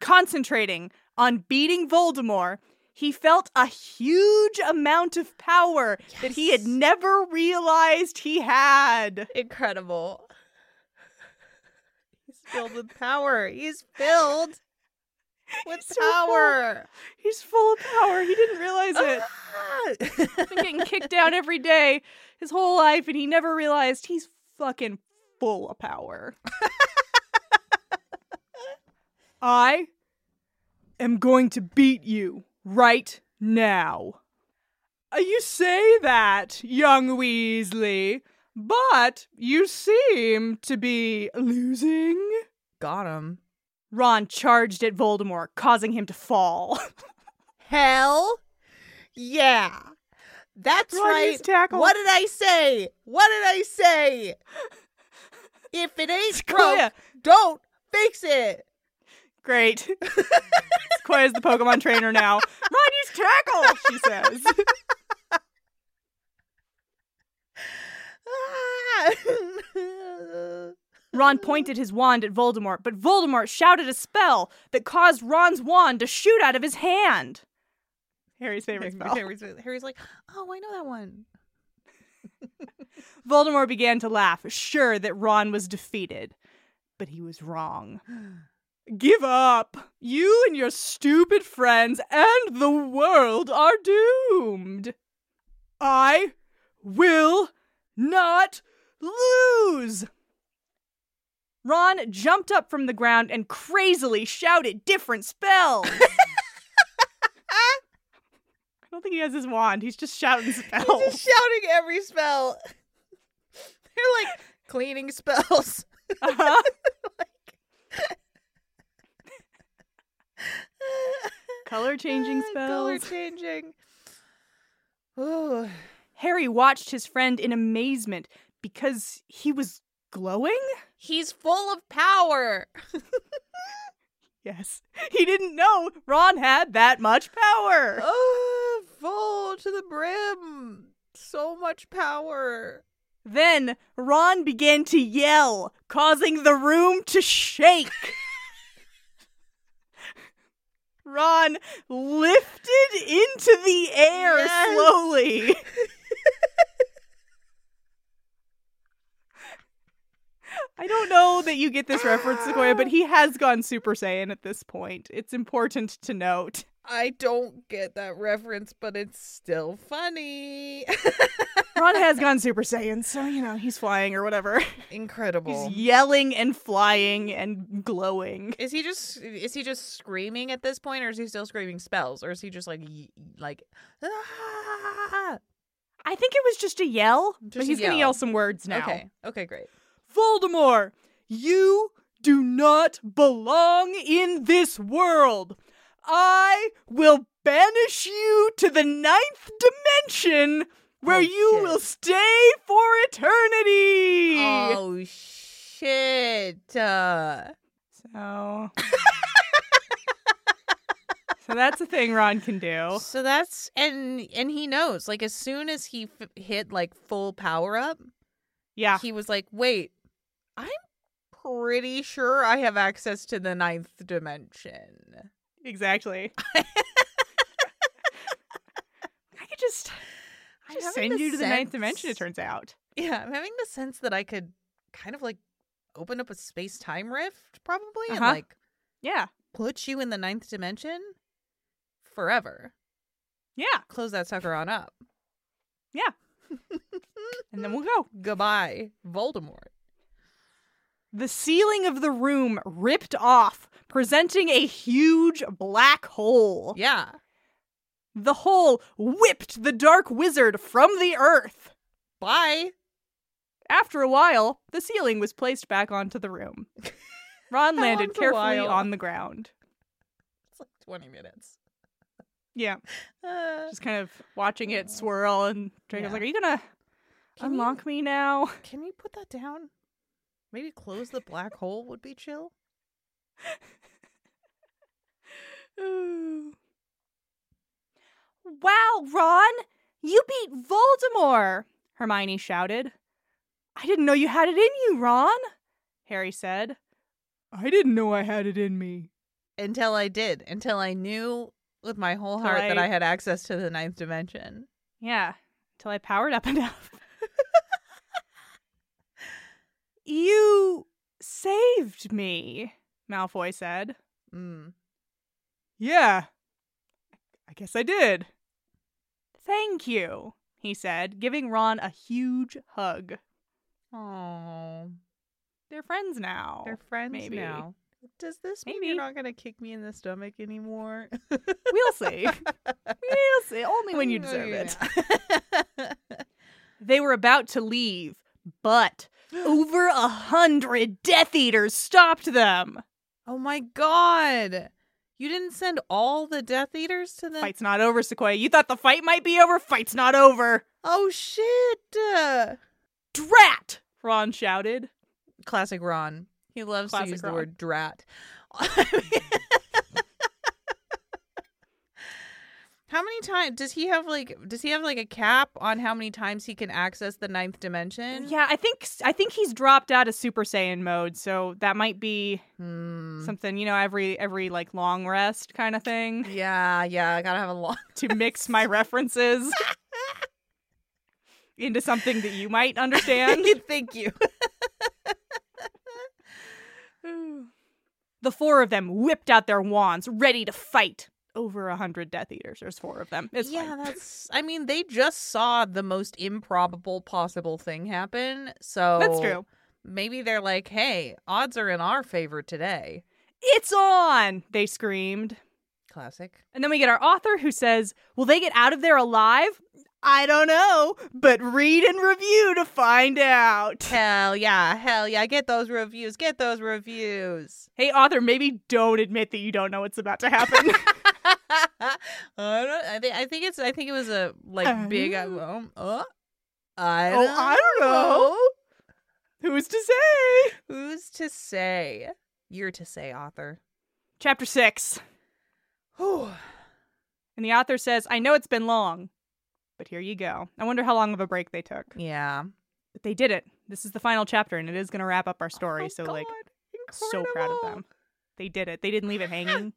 [SPEAKER 2] Concentrating on beating Voldemort, he felt a huge amount of power that he had
[SPEAKER 1] Yes.
[SPEAKER 2] never realized he had.
[SPEAKER 1] Incredible. He's filled with power. He's filled with
[SPEAKER 2] He's so full-
[SPEAKER 1] power.
[SPEAKER 2] He's full of power. He didn't realize it.
[SPEAKER 1] Ah!
[SPEAKER 2] He's been getting kicked down every day his whole life, and he never realized he's fucking full of power. I am going to beat you right now. Uh, You say that, young Weasley, but you seem to be losing.
[SPEAKER 1] Got him.
[SPEAKER 2] Ron charged at Voldemort, causing him to fall.
[SPEAKER 1] Hell yeah. That's
[SPEAKER 2] Ron
[SPEAKER 1] right.
[SPEAKER 2] used tackle.
[SPEAKER 1] What did I say? What did I say? If it ain't
[SPEAKER 2] Sequoia.
[SPEAKER 1] broke, don't fix it.
[SPEAKER 2] Great. Sequoia's the Pokemon trainer now. Ron, use tackle, she says.
[SPEAKER 1] Ah.
[SPEAKER 2] Ron pointed his wand at Voldemort, but Voldemort shouted a spell that caused Ron's wand to shoot out of his hand. Harry's favorite spell.
[SPEAKER 1] Harry's, Harry's like, oh, I know that one.
[SPEAKER 2] Voldemort began to laugh, sure that Ron was defeated. But he was wrong. Give up! You and your stupid friends and the world are doomed! I will not lose! Ron jumped up from the ground and crazily shouted different spells! I don't think he has his wand. He's just shouting spells.
[SPEAKER 1] He's just shouting every spell. They're like cleaning spells.
[SPEAKER 2] Uh-huh. Color changing spells.
[SPEAKER 1] Ah, Color changing. Ooh.
[SPEAKER 2] Harry watched his friend in amazement because he was glowing?
[SPEAKER 1] He's full of power.
[SPEAKER 2] Yes. He didn't know Ron had that much power.
[SPEAKER 1] Oh, full to the brim. So much power.
[SPEAKER 2] Then Ron began to yell, causing the room to shake. Ron lifted into the air
[SPEAKER 1] Yes.
[SPEAKER 2] slowly. I don't know that you get this reference, Sequoia, but he has gone Super Saiyan at this point. It's important to note.
[SPEAKER 1] I don't get that reference, but it's still funny.
[SPEAKER 2] Ron has gone Super Saiyan, so, you know, he's flying or whatever.
[SPEAKER 1] Incredible.
[SPEAKER 2] He's yelling and flying and glowing.
[SPEAKER 1] Is he just is he just screaming at this point, or is he still screaming spells, or is he just like y- like "Ah!"
[SPEAKER 2] I think it was just a yell, but
[SPEAKER 1] Just a
[SPEAKER 2] he's going to
[SPEAKER 1] yell.
[SPEAKER 2] yell some words now.
[SPEAKER 1] Okay, okay, great.
[SPEAKER 2] Voldemort, you do not belong in this world. I will banish you to the ninth dimension where
[SPEAKER 1] Oh,
[SPEAKER 2] you
[SPEAKER 1] shit.
[SPEAKER 2] will stay for eternity.
[SPEAKER 1] Oh shit! Uh,
[SPEAKER 2] So. so that's a thing Ron can do.
[SPEAKER 1] so that's and and he knows. Like as soon as he f- hit like full power up,
[SPEAKER 2] Yeah.
[SPEAKER 1] he was like, "Wait, I'm pretty sure I have access to the ninth dimension."
[SPEAKER 2] Exactly. I could just,
[SPEAKER 1] I'm
[SPEAKER 2] just
[SPEAKER 1] having
[SPEAKER 2] send you to the ninth
[SPEAKER 1] sense-
[SPEAKER 2] dimension, it turns out.
[SPEAKER 1] Yeah, I'm having the sense that I could kind of like open up a space time rift, probably, and
[SPEAKER 2] Uh-huh.
[SPEAKER 1] like
[SPEAKER 2] Yeah.
[SPEAKER 1] put you in the ninth dimension forever.
[SPEAKER 2] Yeah.
[SPEAKER 1] Close that sucker on up.
[SPEAKER 2] Yeah. and then we'll go.
[SPEAKER 1] Goodbye, Voldemort.
[SPEAKER 2] The ceiling of the room ripped off, presenting a huge black hole.
[SPEAKER 1] Yeah.
[SPEAKER 2] The hole whipped the dark wizard from the earth.
[SPEAKER 1] Bye.
[SPEAKER 2] After a while, the ceiling was placed back onto the room. Ron
[SPEAKER 1] How
[SPEAKER 2] landed
[SPEAKER 1] long's a
[SPEAKER 2] carefully
[SPEAKER 1] while?
[SPEAKER 2] on the ground.
[SPEAKER 1] It's like 20 minutes.
[SPEAKER 2] Yeah,
[SPEAKER 1] Uh,
[SPEAKER 2] just kind of watching it swirl, and Draco's
[SPEAKER 1] Yeah.
[SPEAKER 2] like, "Are you gonna
[SPEAKER 1] Can you-
[SPEAKER 2] unlock me now?"
[SPEAKER 1] can you put that down? Maybe close the black hole would be chill.
[SPEAKER 2] wow, Ron, you beat Voldemort! Hermione shouted. I didn't know you had it in you, Ron. Harry said. I didn't know I had it in me.
[SPEAKER 1] Until I did. Until I knew with my whole heart that
[SPEAKER 2] I-
[SPEAKER 1] I had access to the ninth dimension.
[SPEAKER 2] Yeah, until I powered up enough. you saved me, Malfoy said.
[SPEAKER 1] Mm.
[SPEAKER 2] Yeah, I guess I did. Thank you, he said, giving Ron a huge hug.
[SPEAKER 1] Oh,
[SPEAKER 2] They're friends now.
[SPEAKER 1] they're friends
[SPEAKER 2] maybe.
[SPEAKER 1] now. Does this mean you're
[SPEAKER 2] Maybe.
[SPEAKER 1] not gonna kick me in the stomach anymore?
[SPEAKER 2] We'll see. we'll see. Only
[SPEAKER 1] Oh,
[SPEAKER 2] when you deserve it.
[SPEAKER 1] it.
[SPEAKER 2] They were about to leave, but over a hundred Death Eaters stopped them.
[SPEAKER 1] oh my god! You didn't send all the Death Eaters to the
[SPEAKER 2] Fight's not over, Sequoia. You thought the fight might be over? Fight's not over.
[SPEAKER 1] Oh shit! Uh,
[SPEAKER 2] Drat! Ron shouted.
[SPEAKER 1] classic Ron. He loves
[SPEAKER 2] Classic
[SPEAKER 1] to use
[SPEAKER 2] Ron.
[SPEAKER 1] the word drat. how many times does he have like does he have like a cap on how many times he can access the ninth dimension?
[SPEAKER 2] Yeah, I think I think he's dropped out of Super Saiyan mode, so that might be
[SPEAKER 1] Hmm.
[SPEAKER 2] Mm-hmm. something, you know, every every like long rest kind of thing
[SPEAKER 1] Yeah, yeah, I gotta have a long.
[SPEAKER 2] to mix my references into something that you might understand.
[SPEAKER 1] Thank you.
[SPEAKER 2] the four of them whipped out their wands, ready to fight. Over a hundred Death Eaters. There's four of them. It's
[SPEAKER 1] yeah,
[SPEAKER 2] fine.
[SPEAKER 1] that's. I mean, they just saw the most improbable possible thing happen. So
[SPEAKER 2] That's true.
[SPEAKER 1] Maybe they're like, "Hey, odds are in our favor today."
[SPEAKER 2] It's on! They screamed.
[SPEAKER 1] Classic.
[SPEAKER 2] And then we get our author who says, Will they get out of there alive? I don't know, but read and review to find out.
[SPEAKER 1] Hell yeah, hell yeah. Get those reviews. Get those reviews.
[SPEAKER 2] Hey, author, maybe don't admit that you don't know what's about to happen.
[SPEAKER 1] I, don't, I, think, I think it's. I think it was a
[SPEAKER 2] Uh,
[SPEAKER 1] like big. Uh, um, uh, I
[SPEAKER 2] oh, I don't know. Who's to say?
[SPEAKER 1] Who's to say? You're to say, author.
[SPEAKER 2] Chapter six.
[SPEAKER 1] Whew.
[SPEAKER 2] And the author says, I know it's been long, but here you go. I wonder how long of a break they took.
[SPEAKER 1] Yeah.
[SPEAKER 2] But they did it. This is the final chapter, and it is going to wrap up our story.
[SPEAKER 1] Oh,
[SPEAKER 2] so, like,
[SPEAKER 1] God.
[SPEAKER 2] so proud of them.
[SPEAKER 1] Incredible.
[SPEAKER 2] They did it. They didn't leave it hanging.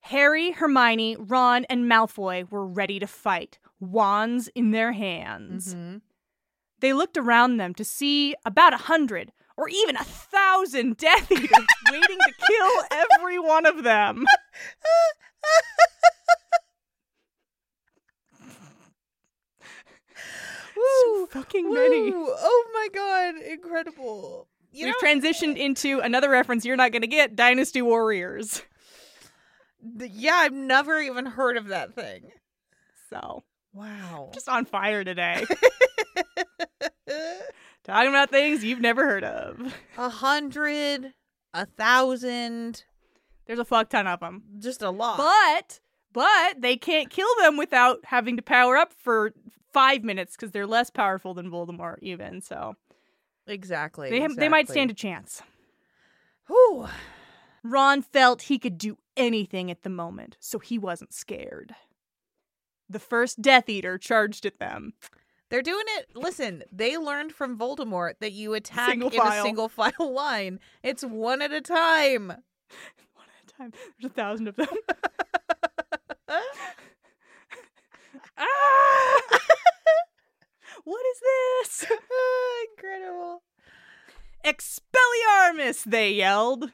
[SPEAKER 2] Harry, Hermione, Ron, and Malfoy were ready to fight, wands in their hands.
[SPEAKER 1] Mhm.
[SPEAKER 2] They looked around them to see about a hundred or even a thousand Death Eaters waiting to kill every one of them. So
[SPEAKER 1] Woo.
[SPEAKER 2] fucking
[SPEAKER 1] Woo.
[SPEAKER 2] many.
[SPEAKER 1] Oh my god, incredible. You
[SPEAKER 2] We've
[SPEAKER 1] know, eh,
[SPEAKER 2] transitioned into another reference you're not going to get Dynasty Warriors.
[SPEAKER 1] th- yeah, I've never even heard of that thing.
[SPEAKER 2] So,
[SPEAKER 1] Wow.
[SPEAKER 2] just on fire today. Talking about things you've never heard of.
[SPEAKER 1] uh, a hundred, a thousand,
[SPEAKER 2] There's a fuck ton of them.
[SPEAKER 1] just a lot.
[SPEAKER 2] But but they can't kill them without having to power up for five minutes because they're less powerful than Voldemort even. So
[SPEAKER 1] exactly.
[SPEAKER 2] they
[SPEAKER 1] exactly.
[SPEAKER 2] they might stand a chance.
[SPEAKER 1] Whew.
[SPEAKER 2] Ron felt he could do anything at the moment, so he wasn't scared. The first Death Eater charged at them.
[SPEAKER 1] They're doing it. Listen, they learned from Voldemort that you attack
[SPEAKER 2] Single
[SPEAKER 1] in
[SPEAKER 2] file.
[SPEAKER 1] a single file line. It's one at a time.
[SPEAKER 2] One at a time. There's a thousand of them. ah! what is this?
[SPEAKER 1] Ah, incredible.
[SPEAKER 2] Expelliarmus! They yelled.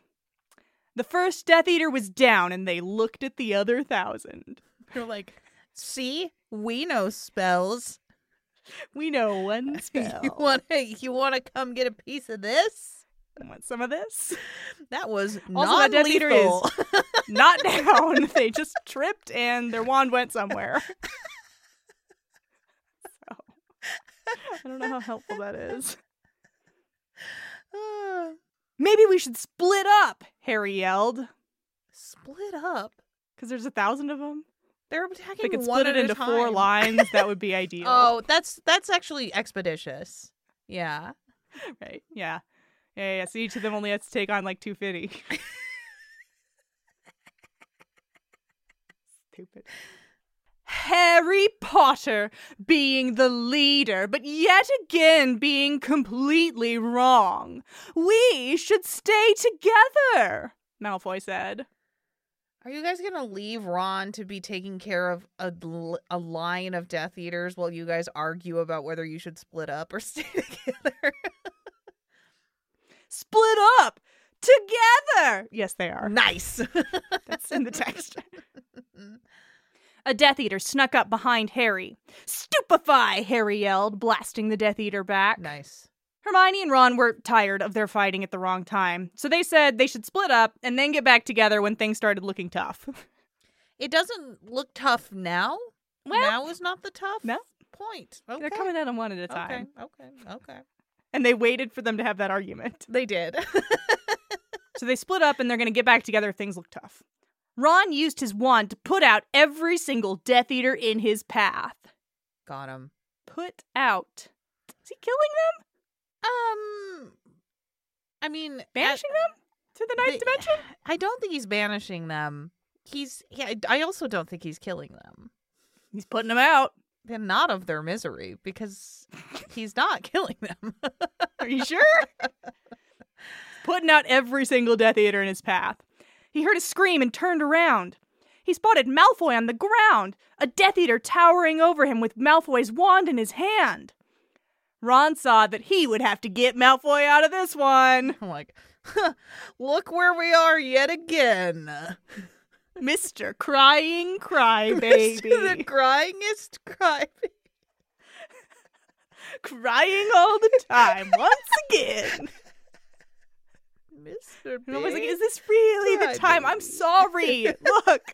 [SPEAKER 2] The first Death Eater was down, and they looked at the other thousand.
[SPEAKER 1] They're like, see, we know spells.
[SPEAKER 2] We know one spell.
[SPEAKER 1] You want to you want to come get a piece of this?
[SPEAKER 2] Want some of this?
[SPEAKER 1] That was
[SPEAKER 2] Also,
[SPEAKER 1] not
[SPEAKER 2] that Death Eater
[SPEAKER 1] lethal.
[SPEAKER 2] Not down. they just tripped, and their wand went somewhere. so, I don't know how helpful that is. Maybe we should split up, Harry yelled,
[SPEAKER 1] Split up.
[SPEAKER 2] because there's a thousand of them.
[SPEAKER 1] They're
[SPEAKER 2] If they
[SPEAKER 1] attacking
[SPEAKER 2] could
[SPEAKER 1] one
[SPEAKER 2] split it
[SPEAKER 1] at a
[SPEAKER 2] into four
[SPEAKER 1] time.
[SPEAKER 2] lines, that would be ideal.
[SPEAKER 1] Oh, that's that's actually expeditious. Yeah.
[SPEAKER 2] Right. Yeah. Yeah, yeah. So each of them only has to take on like 250. Stupid. Harry Potter being the leader, but yet again being completely wrong. We should stay together, Malfoy said.
[SPEAKER 1] Are you guys gonna leave Ron to be taking care of a, l- a line of Death Eaters while you guys argue about whether you should split up or stay together?
[SPEAKER 2] Split up together. Yes, they are.
[SPEAKER 1] nice.
[SPEAKER 2] That's in the text. A Death Eater snuck up behind Harry. Stupefy, Harry yelled, blasting the Death Eater back.
[SPEAKER 1] nice.
[SPEAKER 2] Hermione and Ron were tired of their fighting at the wrong time, so they said they should split up and then get back together when things started looking tough.
[SPEAKER 1] It doesn't look tough now.
[SPEAKER 2] Well-
[SPEAKER 1] now is not the tough
[SPEAKER 2] No.
[SPEAKER 1] point. Okay.
[SPEAKER 2] They're coming at them one at a time.
[SPEAKER 1] Okay. Okay. Okay.
[SPEAKER 2] And they waited for them to have that argument.
[SPEAKER 1] They did.
[SPEAKER 2] So they split up and they're going to get back together if things look tough. Ron used his wand to put out every single Death Eater in his path.
[SPEAKER 1] Got him.
[SPEAKER 2] Put out. Is he killing them?
[SPEAKER 1] Um, I mean, at-
[SPEAKER 2] banishing them to the ninth
[SPEAKER 1] They-
[SPEAKER 2] dimension?
[SPEAKER 1] I don't think he's banishing them. He's. Yeah, I I also don't think he's killing them.
[SPEAKER 2] He's putting them out.
[SPEAKER 1] They're not of their misery because he's not killing them.
[SPEAKER 2] Are you sure? putting out every single Death Eater in his path. He heard a scream and turned around. He spotted Malfoy on the ground, a Death Eater towering over him with Malfoy's wand in his hand. Ron saw that he would have to get Malfoy out of this one.
[SPEAKER 1] I'm like, huh, look where we are yet again.
[SPEAKER 2] Mr. Crying
[SPEAKER 1] Mr. the
[SPEAKER 2] Crybaby.
[SPEAKER 1] cryingest cry.
[SPEAKER 2] Crying all the time, once again.
[SPEAKER 1] Mr.
[SPEAKER 2] And I was like,
[SPEAKER 1] Big
[SPEAKER 2] is this really the time? I'm
[SPEAKER 1] Crybaby.
[SPEAKER 2] sorry. Look.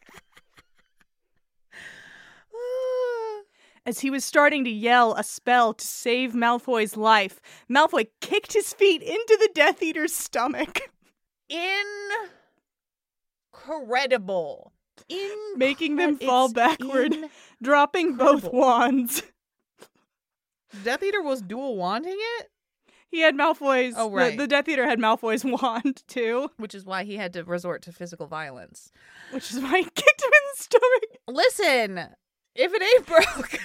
[SPEAKER 1] Ah.
[SPEAKER 2] As he was starting to yell a spell to save Malfoy's life, Malfoy kicked his feet into the Death Eater's stomach,
[SPEAKER 1] incredible. In-
[SPEAKER 2] making them fall backward, dropping both
[SPEAKER 1] incredible.
[SPEAKER 2] wands.
[SPEAKER 1] Death Eater was dual wanting it,
[SPEAKER 2] He had Malfoy's.
[SPEAKER 1] Oh,
[SPEAKER 2] the-
[SPEAKER 1] right.
[SPEAKER 2] The, Death Eater had Malfoy's wand too,
[SPEAKER 1] which is why he had to resort to physical violence.
[SPEAKER 2] which is why he kicked him in the stomach.
[SPEAKER 1] Listen, if it ain't broke,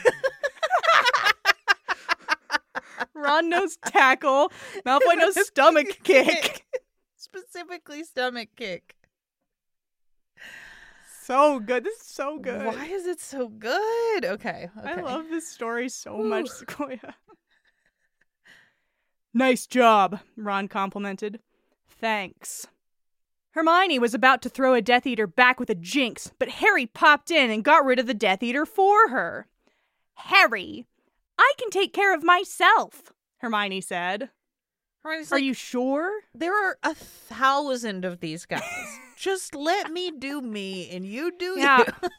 [SPEAKER 2] Ron knows tackle. Malfoy knows stomach kick.
[SPEAKER 1] specifically stomach kick.
[SPEAKER 2] So good. This is so good.
[SPEAKER 1] Why is it so good? Okay, okay.
[SPEAKER 2] I love this story so much,
[SPEAKER 1] Whew.
[SPEAKER 2] Sequoia. Nice job, Ron complimented. Thanks. Hermione was about to throw a Death Eater back with a jinx, but Harry popped in and got rid of the Death Eater for her. Harry, I can take care of myself, Hermione said.
[SPEAKER 1] Hermione's
[SPEAKER 2] Are
[SPEAKER 1] like,
[SPEAKER 2] you sure?
[SPEAKER 1] There are a thousand of these guys. Just let me do me, and you do
[SPEAKER 2] Yeah.
[SPEAKER 1] you.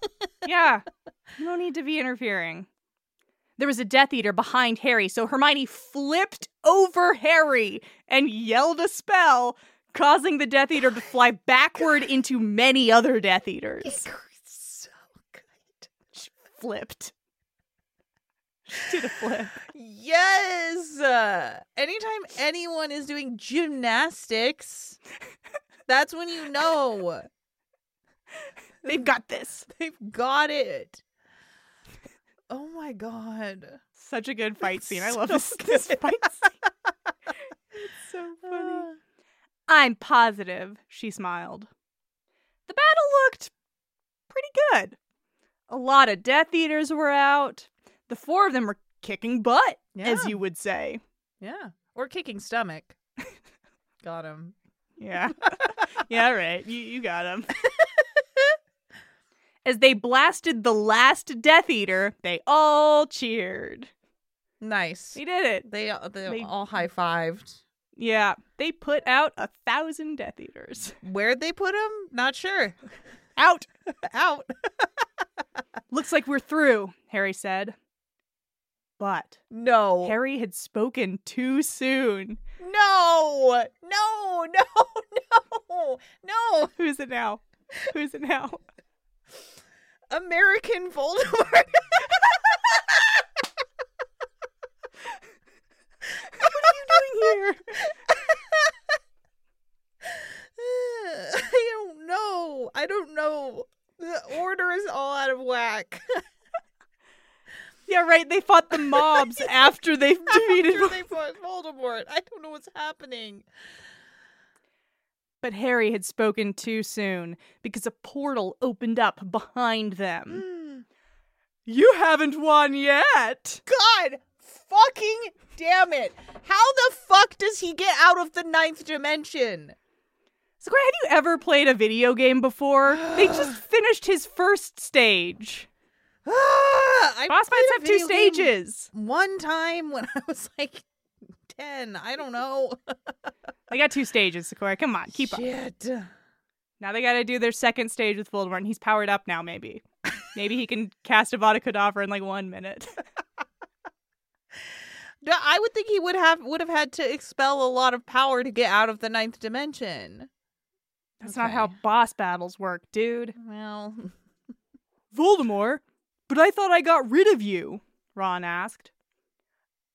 [SPEAKER 2] yeah. No need to be interfering. There was a Death Eater behind Harry, so Hermione flipped over Harry and yelled a spell, causing the Death Eater to fly backward into many other Death Eaters.
[SPEAKER 1] so good.
[SPEAKER 2] She flipped. She did a flip.
[SPEAKER 1] Yes. Uh, anytime anyone is doing gymnastics, that's when you know
[SPEAKER 2] They've got this.
[SPEAKER 1] they've got it. Oh my god.
[SPEAKER 2] Such a good fight scene. I love
[SPEAKER 1] So
[SPEAKER 2] this, this
[SPEAKER 1] good.
[SPEAKER 2] fight scene. It's so funny.
[SPEAKER 1] Uh,
[SPEAKER 2] I'm positive, she smiled. The battle looked pretty good. A lot of Death Eaters were out. The four of them were kicking butt, as
[SPEAKER 1] Uh, Yeah.
[SPEAKER 2] you would say.
[SPEAKER 1] yeah. Or kicking stomach. got him.
[SPEAKER 2] Yeah. yeah, all right. You you got him. As they blasted the last Death Eater, they all cheered.
[SPEAKER 1] Nice.
[SPEAKER 2] We did it.
[SPEAKER 1] They they,
[SPEAKER 2] They-
[SPEAKER 1] all high fived.
[SPEAKER 2] Yeah, they put out a thousand Death Eaters.
[SPEAKER 1] Where'd they put him? Not sure.
[SPEAKER 2] Out.
[SPEAKER 1] Out.
[SPEAKER 2] Looks like we're through, Harry said. But
[SPEAKER 1] No.
[SPEAKER 2] Harry had spoken too soon.
[SPEAKER 1] no. No. No. No. No.
[SPEAKER 2] Who's it now? Who's it now?
[SPEAKER 1] American Voldemort.
[SPEAKER 2] Here.
[SPEAKER 1] I don't know. I don't know. The order is all out of whack.
[SPEAKER 2] Yeah, right. They fought the mobs after they defeated.
[SPEAKER 1] After they fought Voldemort. I don't know what's happening.
[SPEAKER 2] But Harry had spoken too soon because a portal opened up behind them.
[SPEAKER 1] God
[SPEAKER 2] You haven't won yet.
[SPEAKER 1] fucking damn it. How the fuck does he get out of the ninth dimension?
[SPEAKER 2] Square, have you ever played a video game before? they just finished his first stage.
[SPEAKER 1] Ah, I
[SPEAKER 2] Boss
[SPEAKER 1] played
[SPEAKER 2] fights
[SPEAKER 1] a
[SPEAKER 2] have two
[SPEAKER 1] video game
[SPEAKER 2] stages.
[SPEAKER 1] One time when I was like 10. I don't know.
[SPEAKER 2] They got two stages, Sakura. Come on, keep up.
[SPEAKER 1] Shit.
[SPEAKER 2] Now they got to do their second stage with Voldemort, and he's powered up now, maybe. maybe he can cast Avada Kedavra in like one minute.
[SPEAKER 1] No, I would think he would have would have had to expel a lot of power to get out of the ninth dimension.
[SPEAKER 2] That's not how
[SPEAKER 1] Okay.
[SPEAKER 2] boss battles work, dude.
[SPEAKER 1] Well,
[SPEAKER 2] Voldemort, but I thought I got rid of you, Ron asked.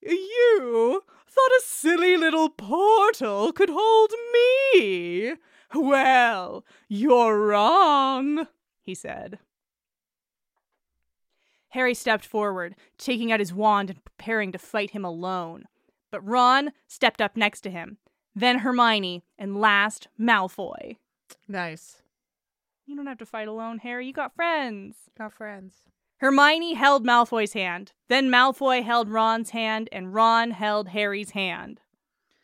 [SPEAKER 2] You thought a silly little portal could hold me? Well, you're wrong, he said. Harry stepped forward, taking out his wand and preparing to fight him alone. But Ron stepped up next to him, then Hermione, and last, Malfoy.
[SPEAKER 1] nice.
[SPEAKER 2] You don't have to fight alone, Harry. You got friends.
[SPEAKER 1] Got friends.
[SPEAKER 2] Hermione held Malfoy's hand. Then Malfoy held Ron's hand, and Ron held Harry's hand.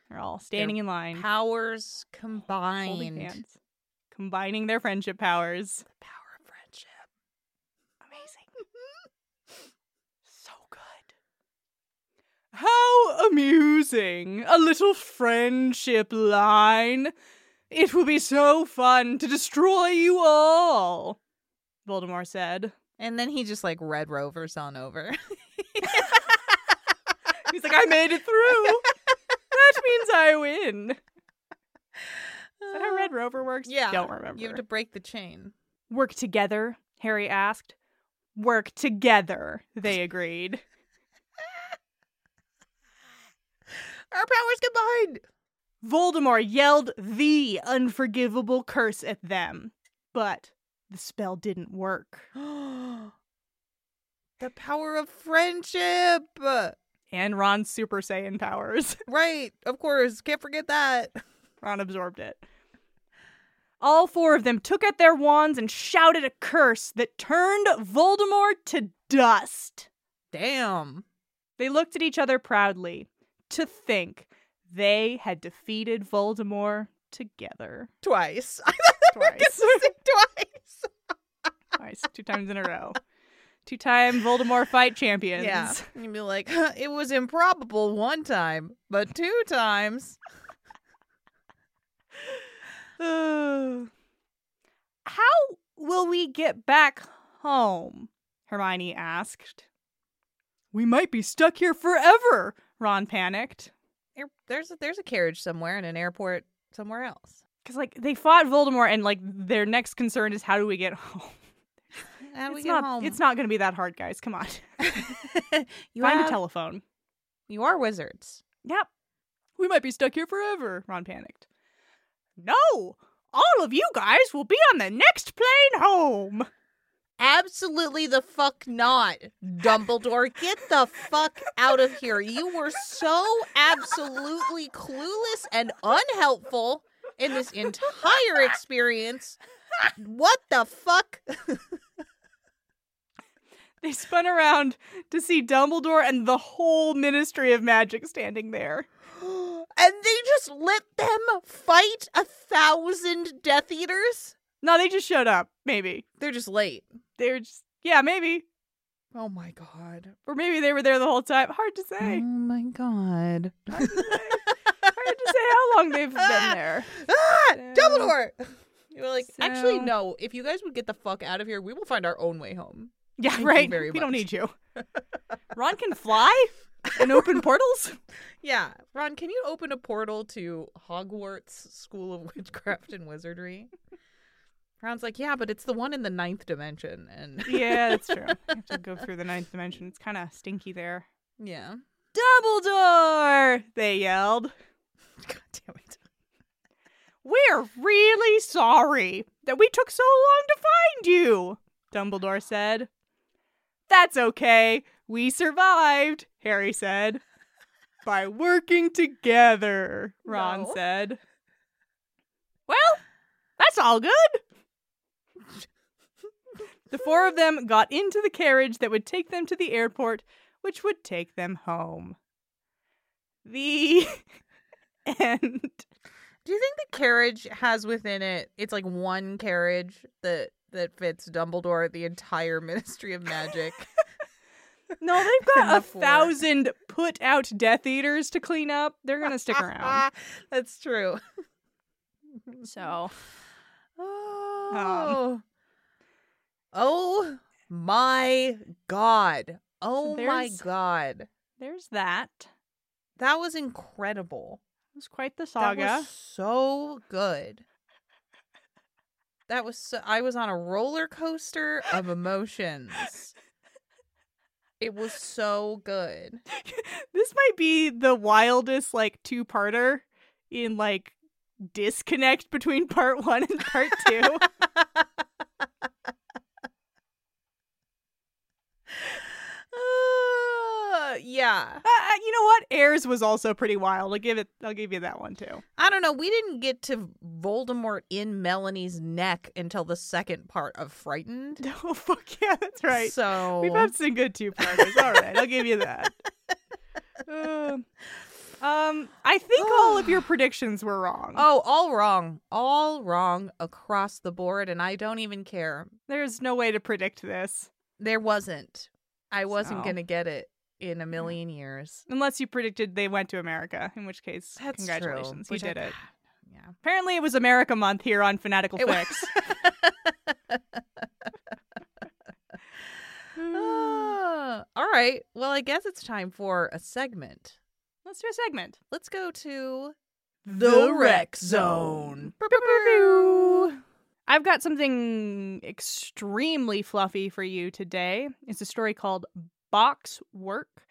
[SPEAKER 2] They're all standing in line,
[SPEAKER 1] Powers
[SPEAKER 2] holding
[SPEAKER 1] combined.
[SPEAKER 2] hands, combining their friendship powers.
[SPEAKER 1] The power of friendship.
[SPEAKER 2] Amazing. so good. How amusing. A little friendship line. It will be so fun to destroy you all, Voldemort said.
[SPEAKER 1] And then he just like red rovers on over.
[SPEAKER 2] He's like, I made it through. That means I win. Is that how Red Rover works?
[SPEAKER 1] Yeah.
[SPEAKER 2] Don't remember.
[SPEAKER 1] You have to break the chain.
[SPEAKER 2] work together, Harry asked. Work together, they agreed.
[SPEAKER 1] Our powers combined.
[SPEAKER 2] Voldemort yelled the unforgivable curse at them, but the spell didn't work.
[SPEAKER 1] the power of friendship.
[SPEAKER 2] And Ron's Super Saiyan powers.
[SPEAKER 1] Right. Of course. Can't forget that.
[SPEAKER 2] Ron absorbed it. All four of them took out their wands and shouted a curse that turned Voldemort to dust.
[SPEAKER 1] Damn.
[SPEAKER 2] They looked at each other proudly. To think they had defeated Voldemort together.
[SPEAKER 1] Twice.
[SPEAKER 2] Twice.
[SPEAKER 1] Twice.
[SPEAKER 2] Twice. Two times in a row. Two time Voldemort fight champions.
[SPEAKER 1] Yeah. You'd be like, "Huh, it was improbable one time, but two times.
[SPEAKER 2] How will we get back home? Hermione asked. We might be stuck here forever, Ron panicked.
[SPEAKER 1] Air- There's a, there's a carriage somewhere in an airport somewhere else.
[SPEAKER 2] Because, like, they fought Voldemort, and, like, their next concern is how do we get home?
[SPEAKER 1] How do we
[SPEAKER 2] it's
[SPEAKER 1] get
[SPEAKER 2] not,
[SPEAKER 1] home?
[SPEAKER 2] It's not going to be that hard, guys. Come on.
[SPEAKER 1] you,
[SPEAKER 2] Find
[SPEAKER 1] have-
[SPEAKER 2] a telephone.
[SPEAKER 1] you are wizards.
[SPEAKER 2] Yep. We might be stuck here forever, Ron panicked. No! All of you guys will be on the next plane home!
[SPEAKER 1] Absolutely the fuck not, Dumbledore. Get the fuck out of here. You were so absolutely clueless and unhelpful in this entire experience. What the fuck?
[SPEAKER 2] They spun around to see Dumbledore and the whole Ministry of Magic standing there.
[SPEAKER 1] and they just let them fight a thousand Death Eaters?
[SPEAKER 2] No, they just showed up. Maybe
[SPEAKER 1] They're just late.
[SPEAKER 2] they were just yeah, maybe
[SPEAKER 1] Oh my god.
[SPEAKER 2] or maybe they were there the whole time. Hard to say.
[SPEAKER 1] Oh my god.
[SPEAKER 2] Hard to say. Hard to say how long they've been there.
[SPEAKER 1] Ah!
[SPEAKER 2] So-
[SPEAKER 1] Dumbledore! You were like, actually,
[SPEAKER 2] So-
[SPEAKER 1] no. If you guys would get the fuck out of here, we will find our own way home.
[SPEAKER 2] Yeah,
[SPEAKER 1] Thank you
[SPEAKER 2] right.
[SPEAKER 1] very
[SPEAKER 2] we don't
[SPEAKER 1] much.
[SPEAKER 2] need you. Ron can fly and open portals.
[SPEAKER 1] Yeah. Ron, can you open a portal to Hogwarts School of Witchcraft and Wizardry? Ron's like, yeah, but it's the one in the ninth dimension. And
[SPEAKER 2] Yeah, that's true. You have to go through the ninth dimension. It's kind of stinky there.
[SPEAKER 1] yeah.
[SPEAKER 2] Dumbledore! They yelled.
[SPEAKER 1] God damn it.
[SPEAKER 2] We're really sorry that we took so long to find you, Dumbledore said. That's okay. We survived, Harry said. By working together, Ron
[SPEAKER 1] No.
[SPEAKER 2] said. Well, that's all good. the four of them got into the carriage that would take them to the airport, which would take them home. The end.
[SPEAKER 1] Do you think the carriage has within it? It's like one carriage that that fits Dumbledore, the entire Ministry of Magic.
[SPEAKER 2] No, they've got
[SPEAKER 1] the
[SPEAKER 2] a
[SPEAKER 1] fort.
[SPEAKER 2] thousand put out Death Eaters to clean up. They're gonna stick around.
[SPEAKER 1] That's true.
[SPEAKER 2] So Um,
[SPEAKER 1] Oh. oh my god. Oh my
[SPEAKER 2] there's-
[SPEAKER 1] god.
[SPEAKER 2] there's that. It
[SPEAKER 1] That was incredible.
[SPEAKER 2] was quite the
[SPEAKER 1] That
[SPEAKER 2] saga.
[SPEAKER 1] was so good. That was so, I was on a roller coaster of emotions. It was so good.
[SPEAKER 2] this might be the wildest like two parter in like disconnect between part one and part two. Ah,
[SPEAKER 1] Uh, yeah.
[SPEAKER 2] Uh, you know what? Airs was also pretty wild. I'll give it I'll give you that one too.
[SPEAKER 1] I don't know. We didn't get to Voldemort in Melanie's neck until the second part of Frightened.
[SPEAKER 2] Oh fuck yeah, that's right.
[SPEAKER 1] So
[SPEAKER 2] We've had some good two parters. All right, I'll give you that. Um, um, I think all of your predictions were wrong.
[SPEAKER 1] Oh, all wrong. All wrong across the board, and I don't even care.
[SPEAKER 2] There's no way to predict this
[SPEAKER 1] There wasn't. I wasn't
[SPEAKER 2] So.
[SPEAKER 1] going to get it in a million years.
[SPEAKER 2] unless you predicted they went to America, in which case,
[SPEAKER 1] That's
[SPEAKER 2] congratulations,
[SPEAKER 1] true.
[SPEAKER 2] you did it.
[SPEAKER 1] Yeah.
[SPEAKER 2] Apparently, it was America Month here on Fanatical
[SPEAKER 1] It wa-
[SPEAKER 2] Fix. Hmm.
[SPEAKER 1] Ah, all right. Well, I guess it's time for a segment.
[SPEAKER 2] Let's do a segment.
[SPEAKER 1] Let's go to
[SPEAKER 2] The Rec Zone. I've got something extremely fluffy for you today. It's a story called Box Work,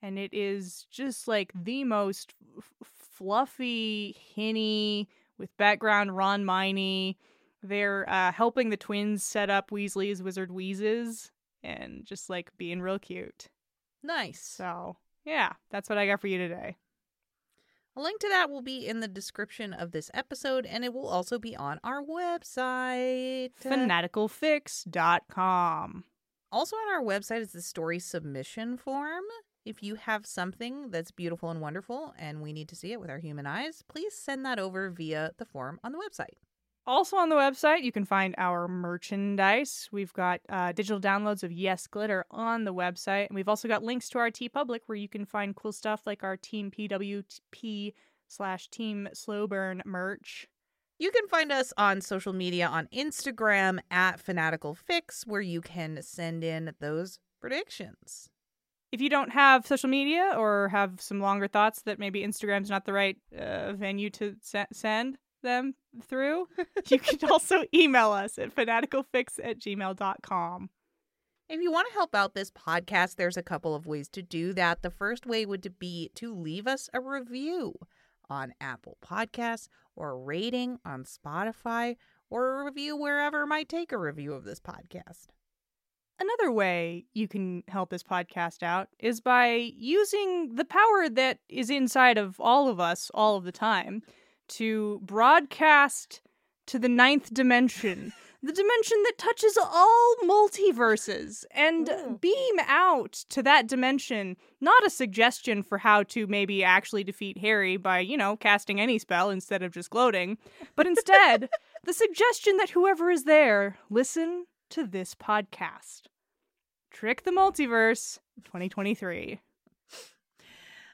[SPEAKER 2] and it is just like the most f- fluffy hinny with background Ron Miney. They're uh, helping the twins set up Weasley's Wizard Wheezes and just like being real cute.
[SPEAKER 1] Nice.
[SPEAKER 2] So, yeah, that's what I got for you today.
[SPEAKER 1] A link to that will be in the description of this episode, and it will also be on our website.
[SPEAKER 2] Fanaticalfix.com.
[SPEAKER 1] Also, on our website is the story submission form. If you have something that's beautiful and wonderful and we need to see it with our human eyes, please send that over via the form on the website.
[SPEAKER 2] Also on the website, you can find our merchandise. We've got uh, digital downloads of Yes Glitter on the website, and we've also got links to our T Public, where you can find cool stuff like our Team PWP slash Team Slow Burn merch.
[SPEAKER 1] You can find us on social media on Instagram at Fanatical Fix, where you can send in those predictions.
[SPEAKER 2] If you don't have social media or have some longer thoughts that maybe Instagram's not the right uh, venue to se- send them through, you can also email us at fanaticalfix at gmail.com.
[SPEAKER 1] If you want to help out this podcast, there's a couple of ways to do that. The first way would be to leave us a review on Apple Podcasts or a rating on Spotify or a review wherever might take a review of this podcast.
[SPEAKER 2] Another way you can help this podcast out is by using the power that is inside of all of us all of the time to broadcast to the ninth dimension the dimension that touches all multiverses, and beam out to that dimension. Not a suggestion for how to maybe actually defeat Harry by, you know, casting any spell instead of just gloating, but instead, the suggestion that whoever is there, listen to this podcast. Trick the Multiverse 2023.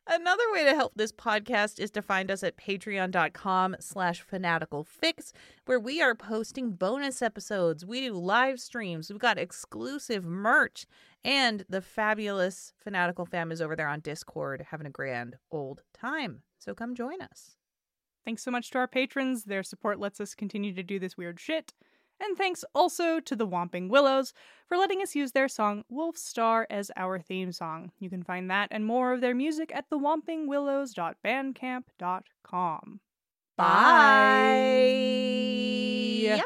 [SPEAKER 1] Another way to help this podcast is to find us at patreon.com slash fanatical fix, where we are posting bonus episodes. We do live streams. We've got exclusive merch. And the fabulous fanatical fam is over there on Discord having a grand old time. So come join us.
[SPEAKER 2] Thanks so much to our patrons. Their support lets us continue to do this weird shit. And thanks also to the Whomping Willows for letting us use their song Wolf Star as our theme song. You can find that and more of their music at thewompingwillows.bandcamp.com.
[SPEAKER 1] Bye.